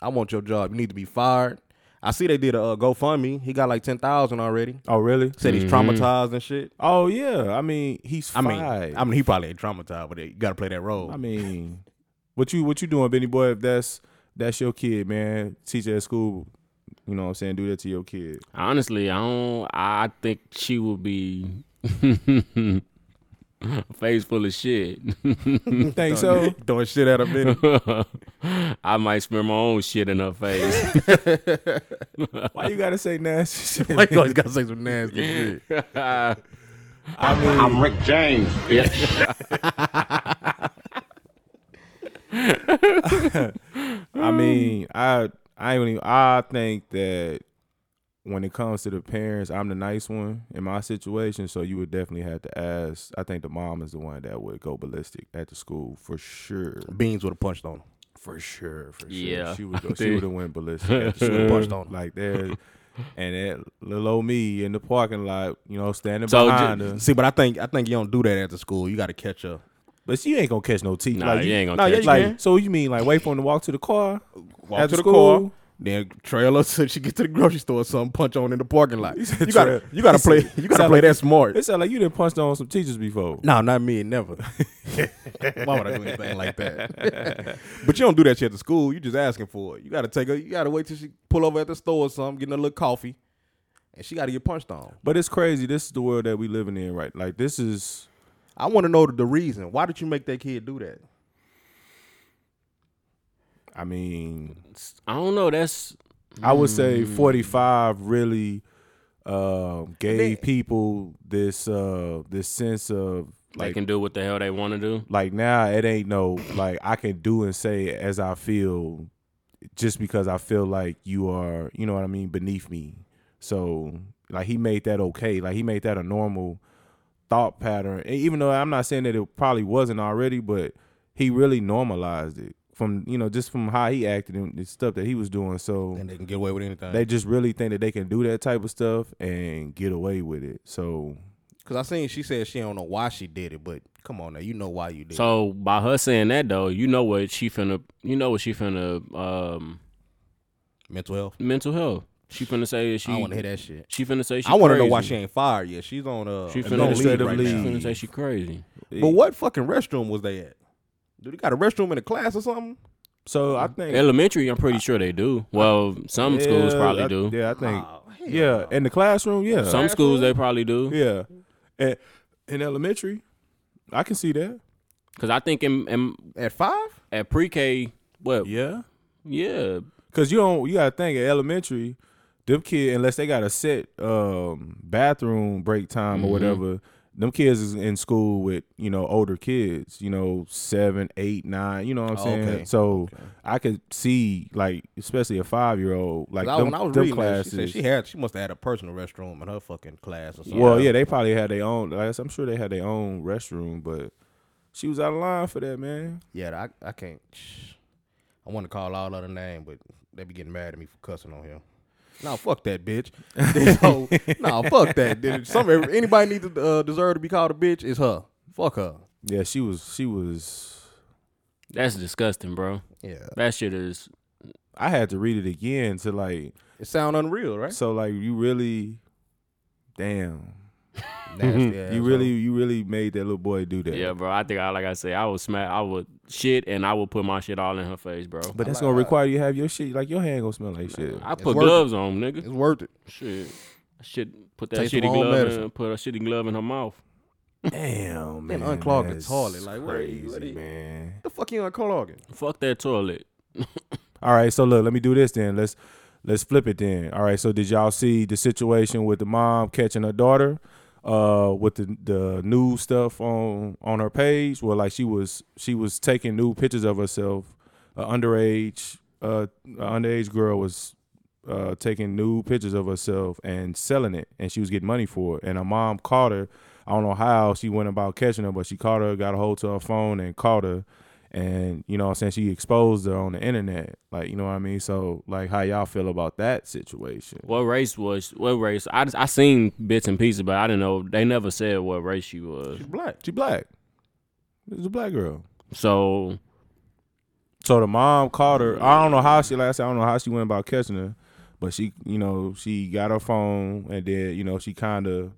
C: I want your job. You need to be fired. I see they did a uh, GoFundMe. He got like ten thousand already.
B: oh really?
C: Said he's traumatized and shit.
B: Oh yeah. I mean, he's
C: I
B: five.
C: mean, I mean, he probably ain't traumatized, but you got to play that role.
B: I mean, what you what you doing, Benny boy? If that's that's your kid, man, teacher at school, you know what I'm saying? Do that to your kid.
A: Honestly, I don't. I think she would be face full of shit.
B: You think so?
C: throwing shit at a minute.
A: I might smear my own shit in her face.
B: Why you gotta say nasty shit?
C: Like, you always got to say some nasty shit.
D: I'm Rick James, bitch.
B: I
A: Mm.
B: mean, I I ain't even, I think that when it comes to the parents, I'm the nice one in my situation. So you would definitely have to ask. I think the mom is the one that would go ballistic at the school for sure,
C: Beans would have punched on him.
B: for sure, for sure.
A: Yeah,
B: she would
A: I
B: go, she
A: think-
B: would have went ballistic. at the
C: She would have
B: school.
C: punched on him.
B: like there, and that little old me in the parking lot, you know, standing
A: So,
B: behind
A: ju-
B: her.
C: See, but I think I think you don't do that at the school. You got to catch up.
B: But she ain't gonna catch no teeth.
A: Nah,
B: like,
A: you ain't gonna
B: nah,
A: catch
B: yeah, like,
C: can.
B: So you mean like wait for him to walk to the car?
C: Walk
B: At
C: to the
B: school?
C: car, then trail her till she get to the grocery store or something. Punch on in the parking lot. You
B: said
C: got to
B: trail.
C: you got to
B: He
C: play
B: said-
C: you got to
B: sound
C: play
B: like-
C: that smart.
B: It sound like you done punched on some teachers before.
C: No, not me. Never. Why would I do anything like that? but you don't do that shit at the school. You just asking for it. You got to take her. You got to wait till she pull over at the store or something, getting a little coffee, and she got to get punched on.
B: But it's crazy. This is the world that we living in, right? Like this is
C: I want to know the reason. Why did you make that kid do that?
B: I mean,
A: I don't know. That's
B: I would say
A: Mm.
B: 45 really uh, gave
C: Then-
B: people this uh this sense of
A: they
B: like
A: can do what the hell they want to do.
B: like now it ain't no like I can do and say as I feel just because I feel like you are, you know what I mean, beneath me. So like he made that okay. Like he made that a normal thought pattern. And even though I'm not saying that it probably wasn't already, but he really normalized it from you know just from how he acted and the stuff that he was doing. So
C: and uh, they can get away with anything.
B: they just really think that they can do that type of stuff and get away with it. So
C: Cause I seen she said she don't know why she did it, but come on now, you know why you did. it.
A: So by her saying that though, you know what she finna, you know what she finna, um,
C: mental health.
A: mental health. She finna say she.
C: I want to hear that shit.
A: She finna say she.
C: I want to know why she
A: crazy.
C: ain't fired yet. She's on uh,
A: She
C: no
A: finna,
C: leave
A: say,
B: administrative
C: right
A: she
B: leave.
C: now.
A: finna say she crazy.
C: But what fucking restroom was they at? Do they got a restroom in the class or something?
B: so I think
A: Elementary, I'm pretty sure they do. Well, some schools
B: Yeah,
A: probably
B: I-
A: do.
B: Yeah, I think.
C: Oh, hell
B: yeah, in the classroom, yeah,
A: Some schools they probably do.
B: yeah, and, in elementary, I can see that.
A: Cause I think in, in
C: At five?
A: at pre-K, well, yeah.
B: Yeah, because you don't. You gotta think at elementary, them kids unless they got a set um, bathroom break time
C: Mm-hmm.
B: or whatever. Them kids is in school with you know older kids, you know seven, eight, nine. You know what I'm
C: Oh,
B: saying.
C: okay.
B: So I could see like especially a five year old like
C: 'Cause I-
B: them,
C: when I was
B: them
C: reading that,
B: classes.
C: she said she had she must have had a personal restroom in her fucking class or something.
B: Well, yeah, they probably had their own. Like, I said, I'm sure they had their own restroom, but she was out of line for that, man.
C: yeah. I, I can't. I want to call all other name, but they be getting mad at me for cussing on here. Nah, fuck that bitch. so, nah, fuck that. Dude. Some if anybody needs to uh, deserve to be called a bitch is her. Fuck her.
B: Yeah, she was. She was.
A: that's disgusting, bro.
C: Yeah,
A: That shit is.
B: I had to read it again to like.
C: it sound unreal, right?
B: So like, you really, damn,
C: Nasty ass
B: you
C: hoe.
B: really, you really made that little boy do that.
A: Yeah, bro. I think I like I said, I would smack, I would shit, and I would put my shit all in her face, bro.
B: But that's
C: uh,
B: gonna require you to have your shit. Like your hand gonna smell like shit.
A: I put
C: worth it.
A: gloves on, nigga.
C: It's worth it.
A: Shit, shit. Put that
C: Taste of
A: shitty
C: home
A: glove
C: medicine.
A: in. Put a shitty glove in her mouth.
B: Damn,
C: Then
B: man,
C: unclog the
B: that's
C: toilet, like, what are you-
B: crazy,
C: what are you-
B: man.
C: The fuck you unclogging?
A: Fuck that toilet.
B: All right, so look, let me do this then. Let's let's flip it then. All right, so did y'all see the situation with the mom catching her daughter uh with the the new stuff on on her page where like she was she was taking new pictures of herself. A underage uh a underage girl was uh taking new pictures of herself and selling it and she was getting money for it and her mom caught her. I don't know how she went about catching her, but she caught her, got a hold to her phone and caught her and you know what I'm saying she exposed her on the internet. Like, you know what I mean? So like how y'all feel about that situation.
A: What race was? What race? I just- I seen bits and pieces, but I didn't know. They never said what race she was.
C: She's black.
B: She black. This is a black girl.
A: So
B: So the mom called her. I don't know how she last I don't know how she went about catching her, but she, you know, she got her phone and then, you know, she kind of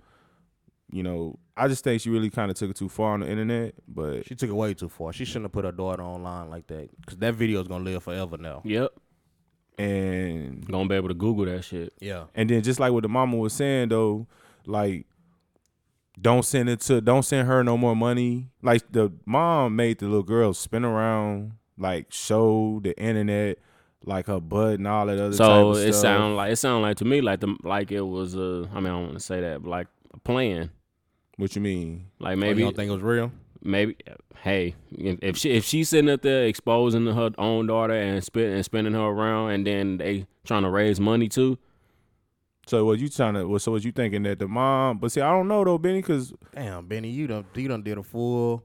B: you know, I just think she really kind of took it too far on the internet, but
C: She took it way too far. She shouldn't have put her daughter online like that. Cause that video's gonna live forever now.
A: yep,
B: and
A: gonna be able to Google that shit.
C: Yeah.
B: And then just like what the mama was saying though, like don't send it to don't send her no more money. Like the mom made the little girl spin around, like show the internet, like her butt and all that other
A: So
B: type of
A: it
B: stuff.
A: sound like it sound like to me like the like it was uh I mean I don't want to say that but like a plan
B: what you mean?
A: like
C: Maybe
A: maybe
C: you don't think it was real.
A: maybe hey if if she if she's sitting up there exposing her own daughter and spin and spinning her around and then they trying to raise money too
B: So was you trying to well, so was you thinking that the mom but see I don't know though, Benny, cause
C: Damn, Benny, you done you done did a full.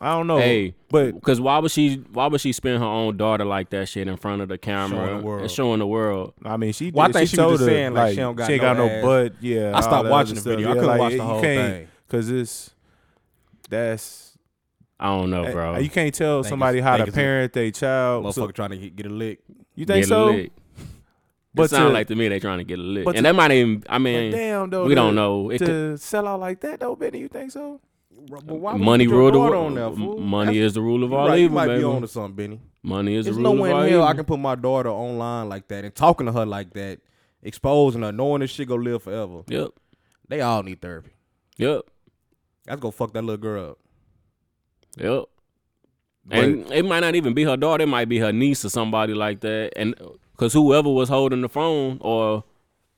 B: I
C: Oh.
B: don't know.
A: Hey.
B: But
A: because why would she why would she spin her own daughter like that shit in front of the camera
C: Showing the world.
A: and showing the world
B: I mean, she.
C: Well, I
B: did.
C: think
B: she,
C: she was
B: told
C: just
B: her,
C: saying, like, she don't got
B: she ain't
C: no
B: got no
C: ass.
B: butt. Yeah,
C: I stopped
B: all that
C: watching
B: other
C: the video.
B: stuff.
C: I couldn't
B: like,
C: watch the
B: you
C: whole
B: can't-
C: thing.
B: Cause it's that's uh,
A: I don't know Oh, bro
B: you can't tell
C: Think
B: somebody
C: it's-
B: how
C: think
B: to
C: it's a
B: parent their child.
C: Motherfucker
B: So,
C: trying to get, get a lick.
B: you
A: Get
B: think
A: a
B: so?
A: lick.
B: But
A: it sound
B: to-
A: like to me they trying to get a lick
B: but
A: and that might even I
B: But
A: mean
B: damn, though,
A: we don't
B: to-
A: know it
B: to
A: could,
B: sell out like that though, Benny. You think so?
A: money rule
C: ruled
A: the world money is the rule of all
C: right, you
A: evil
C: might be
A: baby.
C: on to something, Benny.
A: Money is
C: There's
A: the rule
C: no
A: of
C: way
A: all
C: in
A: evil.
C: hell I can put my daughter online like that and talking to her like that, exposing her, knowing this shit gonna live forever.
A: Yep.
C: They all need therapy.
A: Yep.
C: That's gonna fuck that little girl up.
A: Yep. And it might not even be her daughter. It might be her niece or somebody like that. And because whoever was holding the phone or,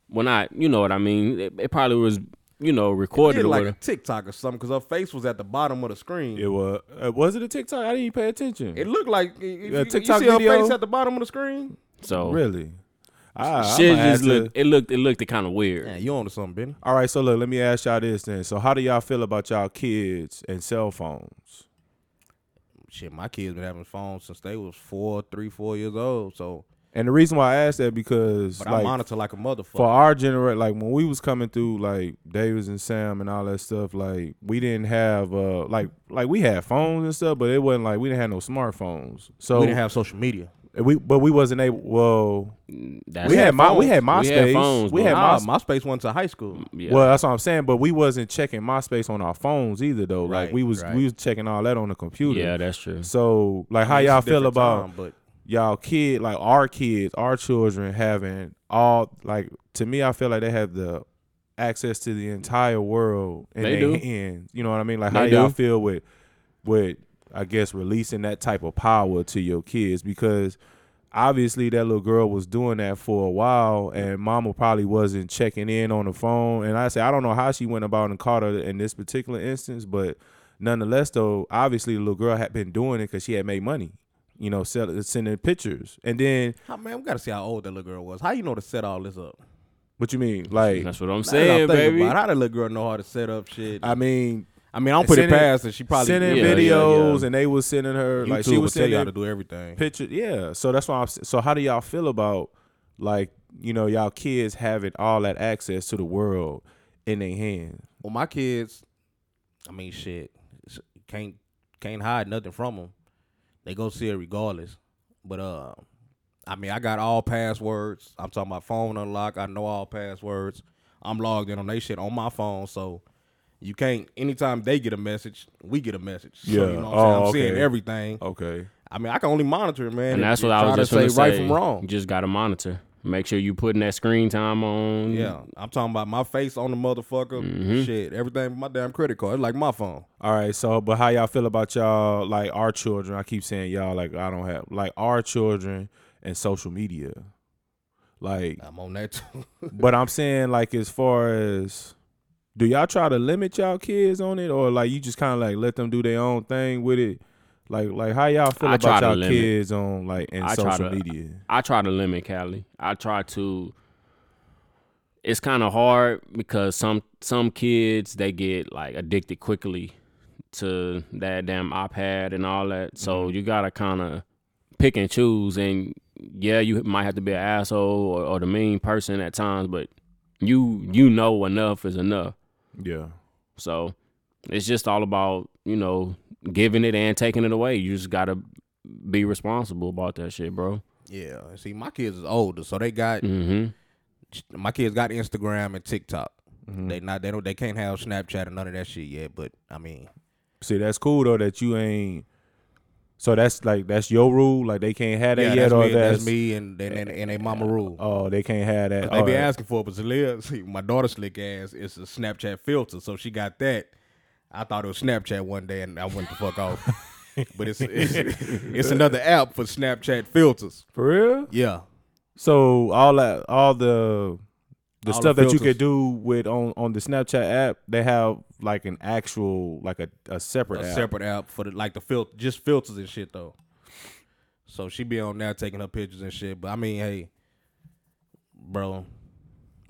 A: well, not, you know what I mean. It, it probably was, you know, recorded
C: Did
A: or
C: like a
A: whatever.
C: TikTok or something because her face was at the bottom of the screen.
B: It was. Uh, was it a TikTok? I didn't even pay attention.
C: It looked like if you, you
B: TikTok
C: see her
B: video?
C: face at the bottom of the screen.
A: So
B: really. I,
A: Shit
B: I'ma have
A: just
B: to-
A: looked. It looked. It looked kind of weird.
C: Yeah, you on to something, Benny?
B: All right, so look, let me ask y'all this then. So, how do y'all feel about y'all kids and cell phones?
C: Shit, my kids been having phones since they was four, three, four years old. So,
B: And the reason why I asked that because
C: but I
B: like
C: monitor like a
B: for
C: motherfucker.
B: our generation, like when we was coming through, like Davis and Sam and all that stuff, like we didn't have uh like like we had phones and stuff, but it wasn't like we didn't have no smartphones. So
C: we didn't have social media.
B: we but we wasn't able. Well,
A: That's
B: we
A: it.
B: had my we had
A: phones.
B: MySpace.
A: We
B: We
A: had
B: had,
A: phones, bro.
C: Nah,
B: Mys-
C: MySpace went to high school.
A: Yeah.
B: Well, that's what I'm saying, but we wasn't checking MySpace on our phones either, though.
C: Right,
B: like we was
C: right.
B: we was checking all that on the computer.
A: yeah, that's true.
B: So, like, how
C: It's a
B: y'all feel
C: different
B: about
C: time, but
B: y'all kid, like our kids, our children having all like to me, I feel like they have the access to the entire world in
A: They do.
B: their hands. You know what I mean? Like,
A: They
B: how y'all
A: do.
B: feel with with I guess releasing that type of power to your kids because obviously that little girl was doing that for a while and mama probably wasn't checking in on the phone and i say i don't know how she went about and caught her in this particular instance but nonetheless though obviously the little girl had been doing it because she had made money you know sell, sending pictures and then
C: how- man, we gotta see how old that little girl was. How you know to set all this up?
B: what you mean like
A: That's what I'm
C: Now that I'm
A: saying,
C: thinking
A: baby.
C: about it, how the little girl know how to set up shit? I,
B: i mean
C: mean, I don't put it
B: sending-
C: past that she probably
B: sending
A: Yeah, yeah,
B: videos
A: yeah.
B: and they was sending her
C: YouTube
B: like she
C: will
B: was
C: tell you
B: sending
C: how to do everything.
B: picture yeah so that's why i'm s- so how do y'all feel about like you know y'all kids having all that access to the world in their hands
C: Well, my kids, I mean, shit, s- can't can't hide nothing from them. They go see it regardless. But uh, I mean, I got all passwords. I'm talking about phone unlock. I know all passwords. I'm logged in on they shit on my phone, so you can't. Anytime they get a message, we get a message. So,
B: Yeah.
C: you know what I'm saying?
B: Oh,
C: I'm seeing
B: okay.
C: everything.
B: okay
C: I mean, I can only monitor it, man.
A: and that's
C: You
A: what I was
C: try to
A: just gonna say.
C: right from wrong.
A: You just gotta monitor. Make sure you putting that screen time on.
C: Yeah, I'm talking about my face on the motherfucker.
A: Mm-hmm.
C: Shit, everything. with My damn credit card. It's like my phone.
B: all right so but how y'all feel about y'all like our children i keep saying y'all like i don't have like our children and social media like
C: I'm on that too.
B: but i'm saying like as far as do y'all try to limit y'all kids on it or like you just kind of like let them do their own thing with it like like how y'all feel
A: I try
B: about
A: to
B: y'all
A: limit.
B: kids on like in
A: I try
B: social
A: to-
B: media
A: I try to limit Cali. I try to. It's kind of hard because some some kids they get like addicted quickly to that damn iPad and all that. So you gotta kind of pick and choose. And yeah, you might have to be an asshole or, or the mean person at times, but you you know enough is enough.
B: yeah
A: So it's just all about, you know, giving it and taking it away. You just gotta be responsible about that shit, bro.
C: Yeah, and see, my kids is older, so they got
B: Mm.
A: hmm
C: my kids got Instagram and TikTok.
B: Mm-hmm.
C: They not they don't they can't have Snapchat or none of that shit yet. But I mean,
B: See, that's cool though that you ain't. So that's like that's your rule. Like they can't have that
C: yeah,
B: yet,
C: that's,
B: or
C: me,
B: that's,
C: that's, me and and and, and they mama rule.
B: Oh, they can't have that.
C: they be
B: Alright.
C: asking for it, but Zalia, see, my daughter slick ass is a Snapchat filter, so she got that. I thought it was Snapchat one day, and I went the fuck off. But it's, it's it's another app for Snapchat filters.
B: for real.
C: Yeah,
B: So all that, all the, the
C: All the
B: stuff that you
C: filters.
B: could do with on on the Snapchat app, they have like an actual, like a a separate
C: a
B: app.
C: separate app for the like the filter, just filters and shit though. So she be on there taking her pictures and shit. But I mean, hey, bro,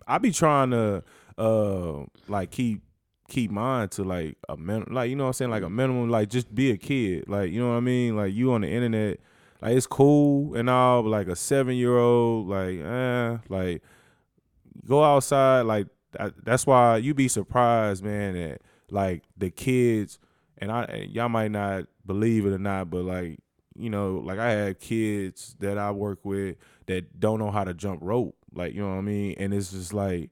B: I be trying to uh like keep keep mine to like a minimum like you know what I'm saying like a minimum like just be a kid like you know what I mean like you on the internet like it's cool and all but like a 7 year old like eh like go outside like I, that's why you be surprised man that like the kids and I and y'all might not believe it or not but like you know like I had kids that I work with that don't know how to jump rope like you know what I mean and it's just like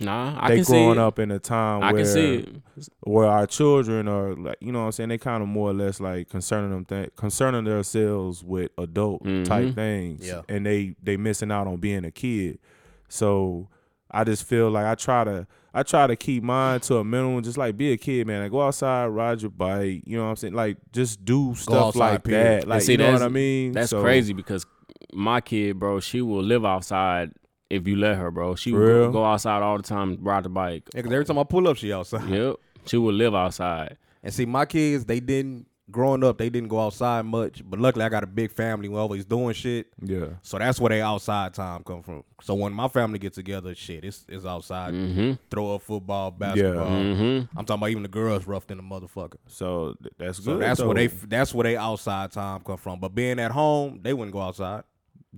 A: Nah, I
B: they
A: can
B: growing
A: see it.
B: up in a time
A: I
B: where
A: can see it.
B: where our children are like you know what I'm saying they kind of more or less like concerning them th- concerning themselves with adult
A: Mhm.
B: type things
C: Yeah.
B: and they they missing out on being a kid so I just feel like I try to I try to keep mine to a minimum just like be a kid man like go outside ride your bike you know what I'm saying like just do stuff
C: outside,
B: like
C: period.
B: that
C: And
B: like
A: see,
B: you know what
A: that's-
B: I mean
A: That's
B: So-
A: crazy because my kid, bro, she will live outside if you let her, bro. She
B: For
A: will go-
B: real?
A: go outside all the time, ride the bike.
C: because every time I pull up, she outside.
A: Yep. She will live outside.
C: And see, my kids, they didn't growing up, they didn't go outside much, but luckily I got a big family. We're always doing shit.
B: Yeah.
C: So that's where they outside time come from. So when my family get together, shit, it's it's outside.
B: Mm-hmm.
C: Throw up football, basketball. I'm talking about even the girls roughed in the motherfucker.
B: So th- that's
C: So
B: good.
C: that's where
B: though.
C: they that's where they outside time come from. But being at home, they wouldn't go outside.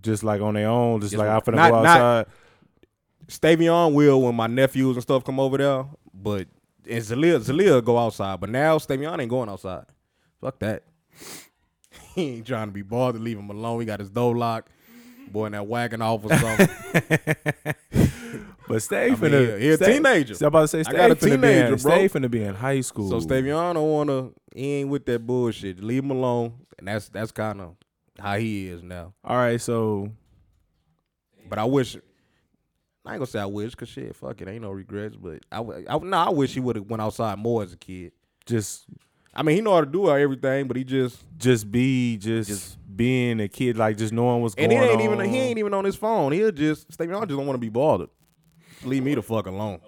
B: just like on their own, just
C: Yes,
B: like I finna
C: not-
B: go
C: not-
B: outside.
C: Stavion will when my nephews and stuff come over there, but and Zalia Zalia go outside. But now Stavion ain't going outside. Fuck that. he ain't trying to be bothered. Leave him alone. He got his door locked. Boy, in that wagon off or something.
B: but stay
C: mean,
B: finna.
C: he a
B: stay-
C: teenager.
B: I'm about to say,
C: I
B: stay
C: got a
B: finna be in,
C: teenager, bro.
B: Stay finna be in high school.
C: So Stavion don't wanna he ain't with that bullshit. Leave him alone. And that's that's kind of how he is now.
B: All right, so
C: But I wish I ain't gonna say I wish, cause shit, fuck it, ain't no regrets. But I, w- I no, I wish he would have went outside more as a kid.
B: just
C: I mean, he know how to do everything, but he just
B: just be just, being a kid, like just knowing what's
C: and
B: going
C: it
B: on.
C: ain't even he ain't even on his phone. He'll just Stavion just don't want to be bothered. Leave me the fuck alone.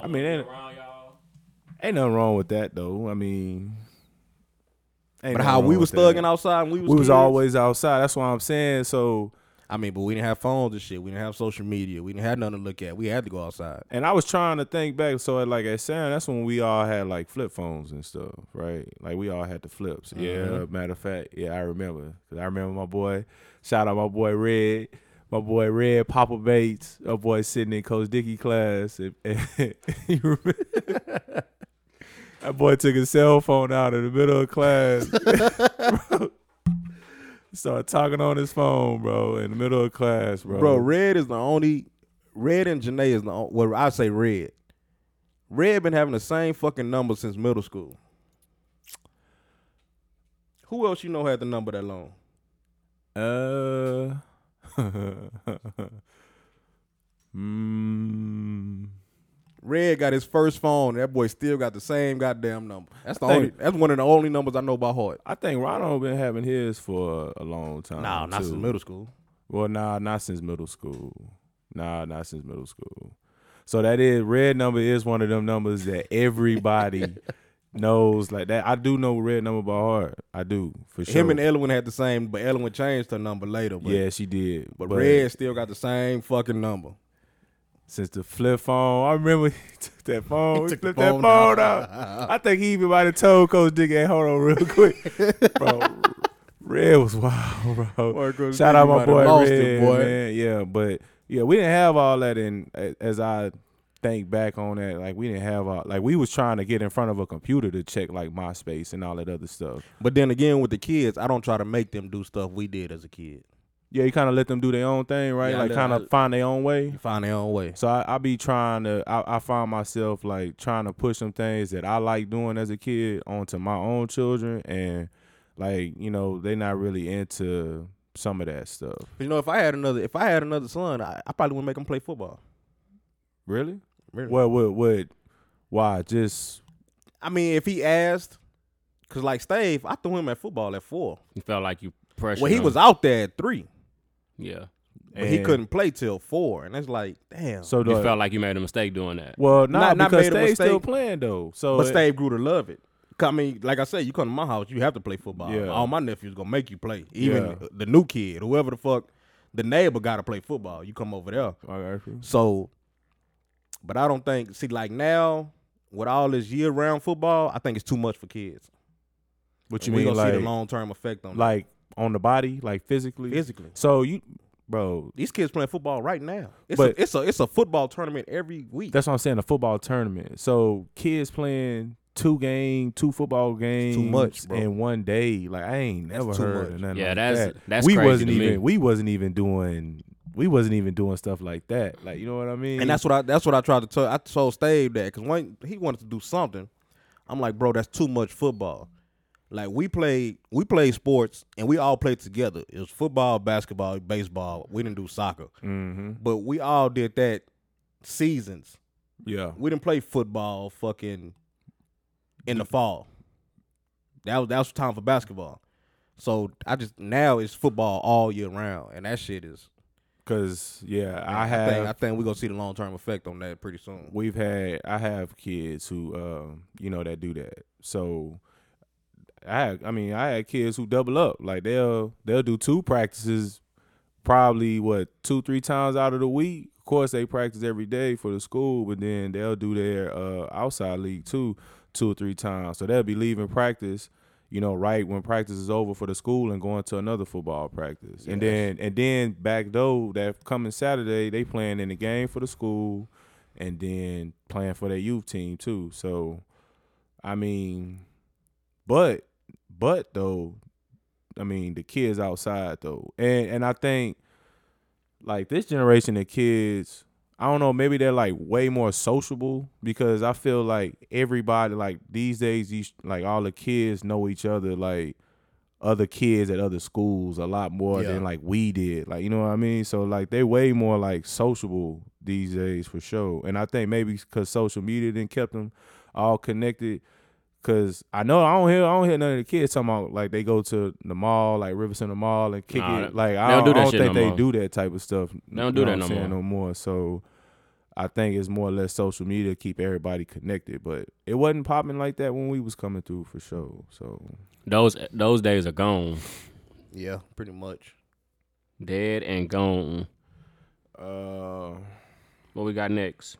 B: I mean, ain't, ain't nothing wrong with that though. I mean, ain't
C: But
B: nothing
C: how
B: wrong
C: we
B: with
C: was
B: that.
C: thugging outside, and we was
B: we was
C: kids,
B: always outside. That's what I'm saying. So
C: I mean, but we didn't have phones and shit. We didn't have social media. We didn't have nothing to look at. We had to go outside.
B: And I was trying to think back. So like at Sound, that's when we all had like flip phones and stuff, right? Like we all had the flips. Yeah. Matter of fact, yeah, I remember. 'Cause I remember my boy. Shout out my boy Red. My boy Red, Papa Bates, a boy sitting in Coach Dickey class. And, and you remember? that boy took his cell phone out in the middle of class. Started talking on his phone, bro, in the middle of class, bro.
C: Bro, Red is the only Red and Janae is the only, well, I say Red. Red been having the same fucking number since middle school. Who else you know had the number that long?
B: Uh. mm,
C: Red got his first phone. That boy still got the same goddamn number. That's the
B: I think-
C: only. That's one of the only numbers I know by heart.
B: I think Ronald been having his for a long
C: Um,
B: time. too.
C: school.
B: Well, nah, not since middle school. Nah, not since middle school. So that is red number is one of them numbers that everybody knows like that. I do know red number by heart. I do for sure.
C: Him and Elwin had the same, but Elwin changed her number later. But,
B: yeah, she did.
C: but Red still got the same fucking number.
B: since the flip phone. I remember he took that phone. He
C: took the
B: flipped that
C: phone
B: phone
C: out.
B: out. I think he even might have told Coach Dick, hey, hold on real quick. bro, Red was wild, bro.
C: Boy, Coach
B: Shout
C: Dick,
B: out
C: you
B: my
C: might have
B: boy
C: lost
B: Red,
C: it, boy.
B: man. Yeah, but yeah, we didn't have all that in as I think back on that. Like we didn't have all like we was trying to get in front of a computer to check like MySpace and all that other stuff.
C: But then again, with the kids, I don't try to make them do stuff we did as a kid.
B: Yeah, you kind of let them do their own thing, right?
C: Yeah, I
B: like
C: let-
B: kind
C: I-
B: of find their own way.
C: Find their own way.
B: So I, I be trying to, I, I find myself like trying to push some things that I like doing as a kid onto my own children, and like you know they not really into some of that stuff.
C: You know, if I had another, if I had another son, I, I probably wouldn't make him play football.
B: Really?
C: Really?
B: What? What? What? Why? Just
C: I mean, if he asked, cause like Stave, I threw him at football at four.
A: You felt like you pressured.
C: Well, he
A: him.
C: was out there at three,
A: Yeah.
C: but he
B: and-
C: couldn't play till four, and it's like, damn.
B: So
A: You
B: the,
A: felt like you made a mistake doing that.
B: well, nah,
C: Not- not
B: because
C: made a
B: they still
C: mistake.
B: playing though. So
C: but
B: it-
C: Stave grew to love it. 'Cause, I mean, like I said, you come to my house, you have to play football.
B: Yeah.
C: All my nephews gonna make you play. Even
B: Yeah.
C: the new kid, whoever the fuck, the neighbor gotta play football. You come over there.
B: I got you.
C: So, but I don't think. See, like now with all this year-round football, I think it's too much for kids.
B: What you
C: And we
B: mean,
C: gonna see the
B: like,
C: long-term effect on them
B: like on the body, like physically?
C: physically.
B: So you, bro,
C: These kids playing football right now. It's
B: But-
C: a, it's a it's a football tournament every week.
B: That's what I'm saying. A football tournament. So kids playing two game, two football games,
C: much, bro.
B: in one day. Like I ain't never
C: too
B: heard
C: much.
B: of nothing
A: Yeah,
B: like
A: that's-
B: that.
A: that's
B: we
A: crazy
B: wasn't
A: to me.
B: even we wasn't even doing we wasn't even doing stuff like that. Like you know what I mean?
C: and that's what I that's what I tried to tell. I told Stave that because when he wanted to do something, I'm like, bro, that's too much football. Like we played we played sports and we all played together. It was football, basketball, baseball. We didn't do soccer,
B: mm-hmm.
C: but we all did that seasons.
B: yeah.
C: We didn't play football fucking in the fall. That was that was time for basketball. So I just now it's football all year round, and that shit is
B: Cause yeah, I
C: I
B: have
C: think, I think we're gonna see the long term effect on that pretty soon.
B: we've had I have kids who um, you know that do that. So I had, I mean, I had kids who double up. Like they'll they'll do two practices, probably what two three times out of the week. Of course, they practice every day for the school, but then they'll do their uh, outside league too, two or three times. So they'll be leaving practice, you know, right when practice is over for the school and going to another football practice. And then and then back though that coming Saturday they playing in the game for the school, and then playing for their youth team too. So, I mean. But but though, I mean the kids outside though, and and I think like this generation of kids, I don't know, maybe they're like way more sociable because I feel like everybody like these days, these like all the kids know each other like other kids at other schools a lot more
C: Yeah.
B: than like we did. Like you know what I mean? So like they way more like sociable these days for sure. And I think maybe cuz social media didn't kept them all connected Cause I know I don't hear I don't hear none of the kids talking about like they go to the mall like River Center Mall and kick
A: Nah,
B: it like
A: they
B: I
A: don't
B: don't,
A: do that
B: I don't
A: shit
B: think
A: no
B: they
A: more.
B: do that type of stuff.
A: They don't do
B: you
A: that
B: what I'm
A: no
B: saying,
A: more.
B: No more. So I think it's more or less social media keep everybody connected, but it wasn't popping like that when we was coming through for sure. So
A: Those those days are gone,
C: Yeah, pretty much.
A: dead and gone.
B: uh,
A: What we got next?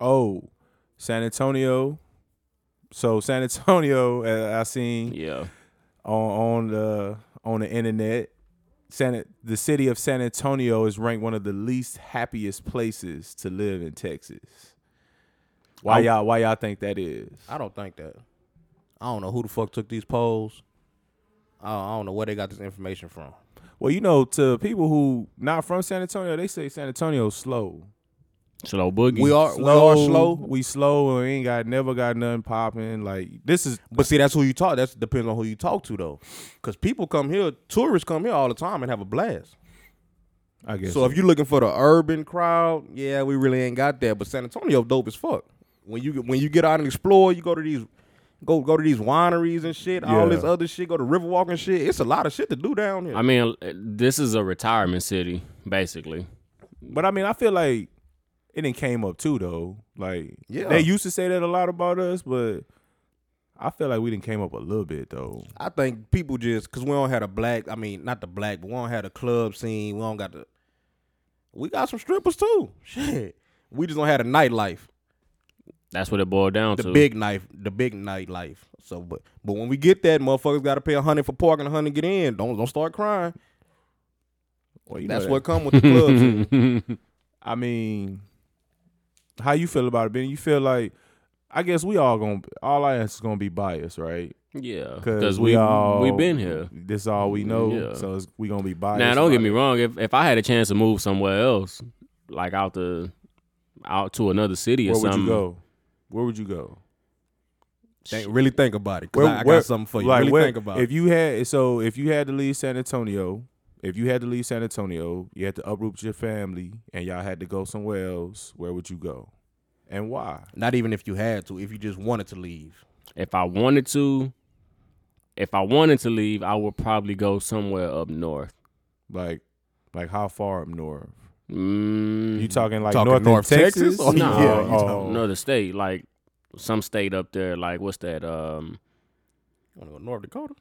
B: oh, San Antonio. So San Antonio, uh, I seen
A: Yeah,
B: on on the on the internet. San, the city of San Antonio is ranked one of the least happiest places to live in Texas. Why
A: I-
B: y'all why y'all think that is?
C: I don't think that. I don't know who the fuck took these polls. I don't, I don't know where they got this information from.
B: Well, you know, to people who not from San Antonio, they say San Antonio's slow.
A: slow boogie.
C: Uh, We are we are slow,
B: We slow and we ain't got never got nothing popping. Like this is
C: but see that's who you talk. That depends on who you talk to though, because people come here, tourists come here all the time and have a blast.
B: I guess
C: So if you're looking for the urban crowd, yeah, we really ain't got that. But San Antonio dope as fuck. When you when you get out and explore, you go to these go go to these wineries and shit,
B: Yeah.
C: all this other shit, go to Riverwalk and shit. It's a lot of shit to do down here.
A: I mean, this is a retirement city, basically.
B: But I mean, I feel like it didn't came up too though. Like
C: Yeah.
B: they used to say that a lot about us, but I feel like we didn't came up a little bit though.
C: I think people just because we don't have a black. I mean, not the black, but we don't have the club scene. We don't got the. We got some strippers too. Shit, we just don't have the nightlife,
A: That's what it boiled down
C: the
A: to.
C: big knife, the big nightlife. So, but but when we get that, motherfuckers got to pay a hundred for parking, a hundred to get in. Don't don't start crying.
B: Well, you know
C: That's
B: that.
C: what come with the club. scene.
B: I mean. How you feel about it, Ben? You feel like I guess we all gonna all our answers gonna be biased, right?
A: yeah,
B: Because
A: because
B: we, all
A: we been here.
B: This all we know,
A: Yeah.
B: so it's, we gonna be biased.
A: Now, don't get
B: about
A: me
B: it.
A: wrong. If if I had a chance to move somewhere else, like out the out to another city or
B: Where would
A: something,
B: you go? Where would you go?
C: Think, really think about it. 'cause
B: Where-
C: I, I
B: where-
C: got something for you.
B: Like,
C: really
B: where-
C: think about
B: if
C: it.
B: you had so if you had to leave San Antonio, if you had to leave San Antonio, you had to uproot your family, and y'all had to go somewhere else. Where would you go, and why?
C: Not even if you had to. If you just wanted to leave.
A: if I wanted to, if I wanted to leave, I would probably go somewhere up north.
B: Like, like how far up north?
A: Mm,
B: You talking like
C: Talking
B: north,
C: North
B: of
C: Texas?
B: Texas?
C: Oh,
A: no,
C: yeah, you
B: Oh,
C: talking-
A: another state, like some state up there, like what's that? Um,
C: You want to go to North Dakota?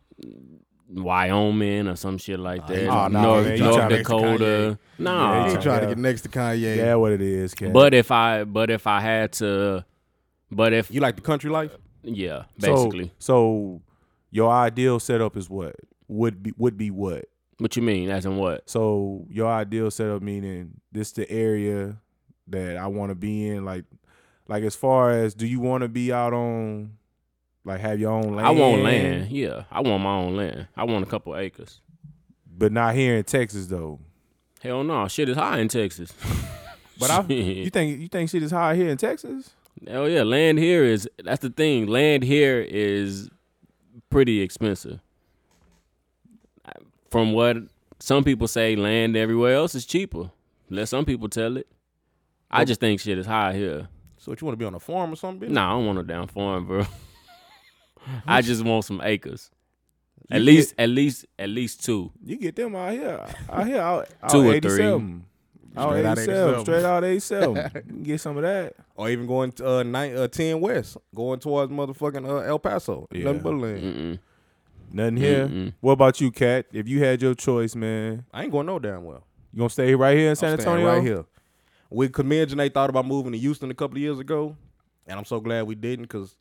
A: Wyoming or some shit like that.
C: Oh, nah,
A: North,
B: man, you
A: North
B: tryna-
A: Dakota.
B: Yeah,
A: Nah,
B: you tryna- yeah.
C: next to Kanye.
B: yeah, what it is, Ken.
A: but if I but if I had to, but if
C: You like the country life?
A: yeah,
B: So-
A: basically.
B: so your ideal setup is what would be would be what?
A: what you mean? As in what?
B: So your ideal setup meaning this the area that I want to be in. Like, like as far as do you want to be out on, like have your own land?
A: I want land. Yeah, I want my own land. I want a couple acres.
B: but not here in Texas though.
A: Hell no, shit is high in Texas.
B: But I, you think you think shit is high here in Texas?
A: Hell yeah, land here is that's the thing. Land here is pretty expensive. I- From what some people say, land everywhere else is cheaper. Let some people tell it. I just think shit is high here.
C: So what, you want to be on a farm or something?
A: Nah, I don't want no down farm, bro. I just want some acres. At
B: You
A: least, at least, at least two.
B: You get them out here, out here, out, out
A: Two or three.
B: 87. Out
C: Straight out
B: 87,
C: 87.
B: straight out 87. You can get some of that.
C: or even going to uh, nine, uh, ten west, going towards motherfucking uh, El Paso.
B: Yeah. Mm-hmm.
C: Nothing but land.
A: Mm-mm.
B: Nothing here.
A: Mm-mm.
B: What about you, Cat? If you had your choice, man,
C: I ain't going no damn well.
B: you gonna stay right here in San
C: I'm staying
B: Antonio?
C: right here. We Command and they thought about moving to Houston a couple of years ago, and I'm so glad we didn't because,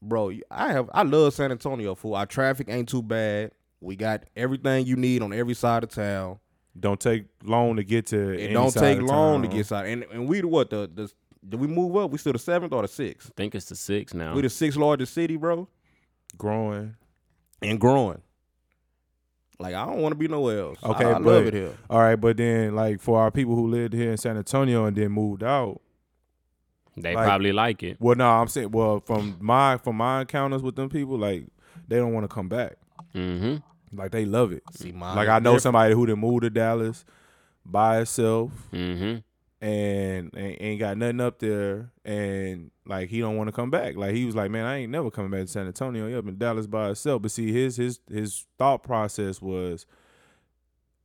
C: bro, you- I have I love San Antonio. Fool, our traffic ain't too bad. We got everything you need on every side of town.
B: Don't take long to get to.
C: It
B: any
C: don't
B: side
C: take
B: of
C: long to
B: town.
C: get side. And and we the what the, the did we move up? We still the seventh or the sixth?
A: think it's the six now.
C: We the sixth largest city, bro,
B: growing.
C: and growing. Like I don't want to be nowhere else.
B: Okay,
C: I, I
B: but-
C: love it here.
B: All right, but then like for our people who lived here in San Antonio and then moved out.
A: they
B: like-
A: probably like it.
B: Well, no, I'm saying well from my from my encounters with them people, like they don't want to come back.
A: Mm-hmm.
B: Like they love it.
C: See, mine
B: like
C: is
B: I know
C: different.
B: somebody who done moved to Dallas by herself
A: Mm-hmm.
B: and, and ain't got nothing up there, and like he don't want to come back. Like he was like, man, I ain't never coming back to San Antonio. He up in Dallas by himself. But see, his his his thought process was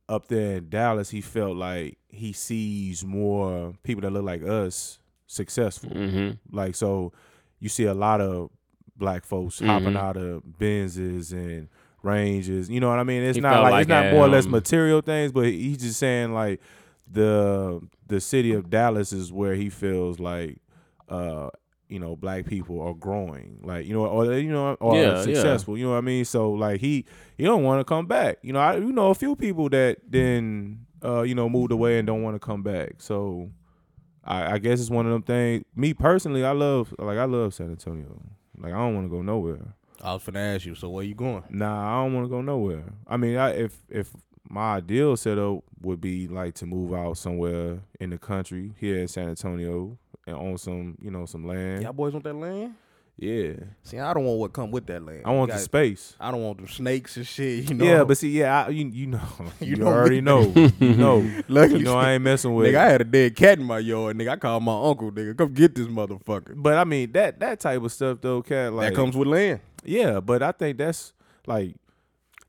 B: up there in Dallas. He felt like he sees more people that look like us successful.
A: Mm-hmm.
B: Like so, you see a lot of black folks hopping
A: Mhm.
B: out of Benzes and Ranges. You know what I mean? It's
A: He
B: not
A: felt
B: like, it's
A: like,
B: not more or less
A: um,
B: material things, but he- he's just saying like the the city of Dallas is where he feels like uh you know black people are growing like you know or you know or
A: Yeah, yeah.
B: successful you know what i mean so like he he don't want to come back you know i you know a few people that then uh you know moved away and don't want to come back so I, I guess it's one of them things. Me personally, I love like I love San Antonio. Like I don't want to go nowhere.
C: I was finna ask you. So where you going?
B: Nah, I don't want to go nowhere. I mean, I, if if my ideal setup would be like to move out somewhere in the country here in San Antonio and own some you know some land.
C: Y'all boys want that land?
B: Yeah,
C: See, I don't want what come with that land.
B: I want
C: You
B: the
C: got-
B: space.
C: I don't want them snakes and shit. You know.
B: Yeah, but see, yeah, I, you you know you,
C: know me.
B: already know you know
C: Luckily,
B: you know I ain't messing with.
C: nigga, I had a dead cat in my yard. Nigga, I called my uncle. Nigga, come get this motherfucker.
B: but I mean that that type of stuff though, cat. Like
C: that comes with land.
B: yeah, but I think that's like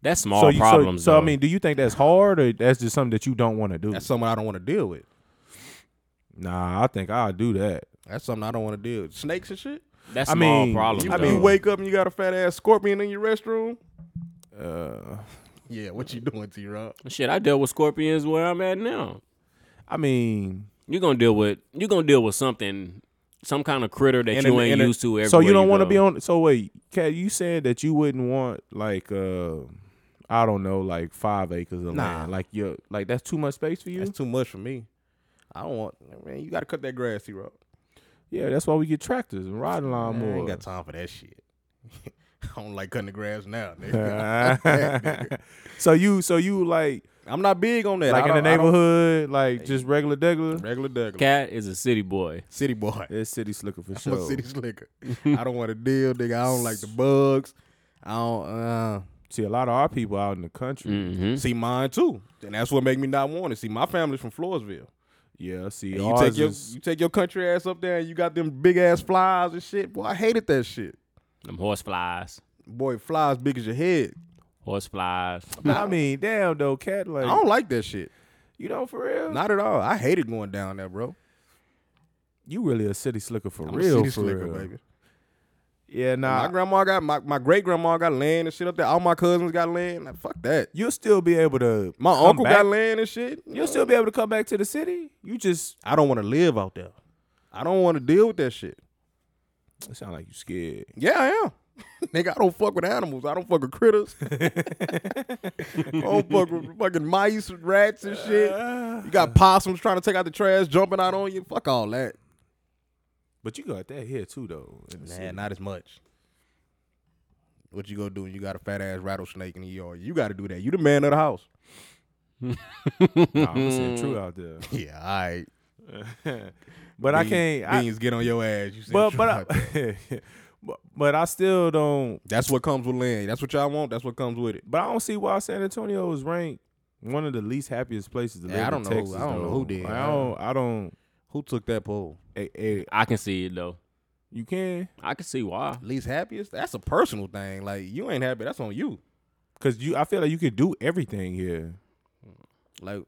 A: That's small
B: you-
A: problems.
B: So, I
A: though.
B: mean, do you think that's hard or that's just something that you don't want to do?
C: That's something I don't want to deal with.
B: nah, I think I'll do that.
C: That's something I don't want to deal with. Snakes and shit.
A: that's
B: I
A: small
B: mean,
A: problems.
C: I mean,
A: though.
C: you wake up and you got a fat ass scorpion in your restroom.
B: Uh,
C: Yeah, what you doing, T Rob?
A: Shit, I deal with scorpions where I'm at now.
B: I mean,
A: You're gonna deal with you're gonna deal with something, some kind of critter that
C: And
A: you
C: an-
A: ain't
C: and a-
A: used to. Everywhere
B: so you don't want to
A: go.
B: be on. So wait, Kat, you said that you wouldn't want like uh, I don't know, like five acres of
C: Nah.
B: land. Like you, like that's too much space for you.
C: That's too much for me. I don't want. Man, you got to cut that grass, T Rob.
B: yeah, that's why we get tractors and riding
C: I ain't
B: lawnmowers.
C: got time for that shit. I don't like cutting the grass now, nigga.
B: so you, so you like
C: I'm not big on that.
B: like
C: I
B: in the
C: don't- I don't-
B: neighborhood, like just regular degular.
C: regular Douglas,
A: Cat is a city boy.
C: city boy.
B: It's city slicker for
C: I'm
B: sure.
C: a city slicker. I don't want to deal, nigga. I don't like the bugs. I don't uh,
B: See a lot of our people out in the
C: Mm.
B: country.
A: Mm-hmm.
C: see mine too, and that's what make me not want it. See, my family's from Floresville.
B: Yeah, see,
C: And you
B: ours
C: take your
B: is-
C: you take your country ass up there, and you got them big ass flies and shit. Boy, I hated that shit.
A: Them horse flies,
C: Boy, flies big as your head.
A: horse flies.
B: I mean, damn though, cat like
C: I don't like that shit.
B: you know for real.
C: Not at all. I hated going down there, bro.
B: you really a city slicker for
C: I'm
B: real,
C: a city
B: for
C: slicker,
B: real.
C: baby.
B: Yeah, nah.
C: my grandma got my, my great grandma got land and shit up there. All my cousins got land. Like, fuck that.
B: you'll still be able to.
C: My
B: come
C: uncle
B: back.
C: got land and shit.
B: You'll still be able to come back to the city. You just
C: I don't want to live out there. I don't want to deal with that shit.
B: it sound like you scared.
C: Yeah, I am. Nigga, I don't fuck with animals. I don't fuck with critters. I don't fuck with fucking mice, rats, and shit.
B: Uh.
C: You got possums trying to take out the trash, jumping out on you. Fuck all that.
B: But you got that here too, though. In the city.
C: Man, not as much. What you gonna do when you got a fat ass rattlesnake in the yard? You gotta do that. You the man of the house.
B: Nah, I'm saying true out there.
C: Yeah, all right.
B: but I can't. I,
C: Beans get on your ass. You said
B: but
C: you
B: but
C: out there.
B: I, but but I still don't.
C: that's what comes with land. That's what y'all want. That's what comes with it.
B: But I don't see why San Antonio is ranked one of the least happiest places to
C: Yeah,
B: live.
C: I
B: in
C: don't know who-
B: Texas,
C: I don't know
B: though.
C: who did.
B: Like, I don't. I don't.
C: Who took that poll?
B: eh, eh,
A: I can see it though.
B: you can.
A: I can see why.
C: Least happiest? That's a personal thing. Like you ain't happy. That's on you.
B: Cause you, I feel like you could do everything here.
C: Like,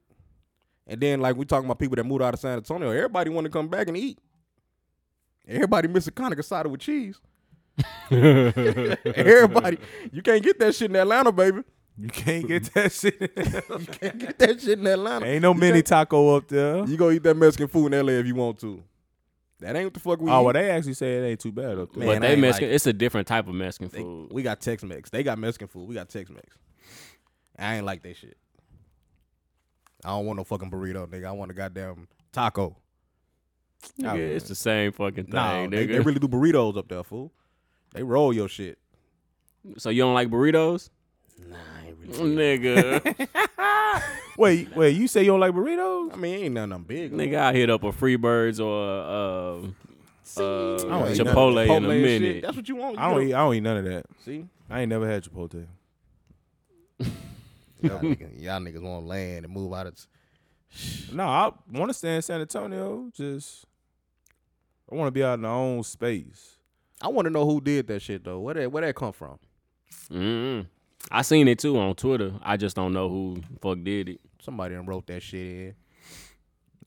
C: and then like we talking about people that moved out of San Antonio. Everybody want to come back and eat. Everybody missing conic asada with cheese. Everybody, you can't get that shit in Atlanta, baby.
B: You can't get that shit.
C: You can't get that shit in Atlanta.
B: Ain't no
C: You
B: mini
C: can't-
B: taco up there.
C: You go eat that Mexican food in LA if you want to. That ain't what the fuck we
B: Oh, well,
C: eat.
B: they actually say it ain't too bad up there.
C: Man,
A: but
C: I
A: they
C: ain't
A: Mexican.
C: like-
A: it's a different type of Mexican
C: They-
B: Oh,
A: food.
C: we got Tex Mex. They got Mexican food. We got Tex Mex. I ain't like that shit. I don't want no fucking burrito, nigga. I want a goddamn taco.
A: Nigga, it's the same fucking thing,
C: Nah, they,
A: nigga.
C: they really do burritos up there, fool. They roll your shit.
A: so you don't like burritos, Mm,
C: Nah, I ain't really.
A: nigga?
B: Wait, wait, you say you don't like burritos?
C: I mean, ain't nothing I'm big. on.
A: nigga, I hit up a Freebirds or uh, uh,
C: I don't eat nothing.
A: Chipotle in a
C: Chipotle and shit.
A: minute.
C: That's what you want.
B: I
C: you
B: don't
C: know?
B: eat. I don't eat none of that.
C: See,
B: I ain't never had Chipotle.
C: y'all niggas, y'all niggas want land and move out of.
B: No, I want to stay in San Antonio. Just I want to be out in my own space.
C: I want to know who did that shit though. Where that where that come from?
A: Mm-mm. I seen it too on Twitter. I just don't know who fuck did it.
C: Somebody done wrote that shit in.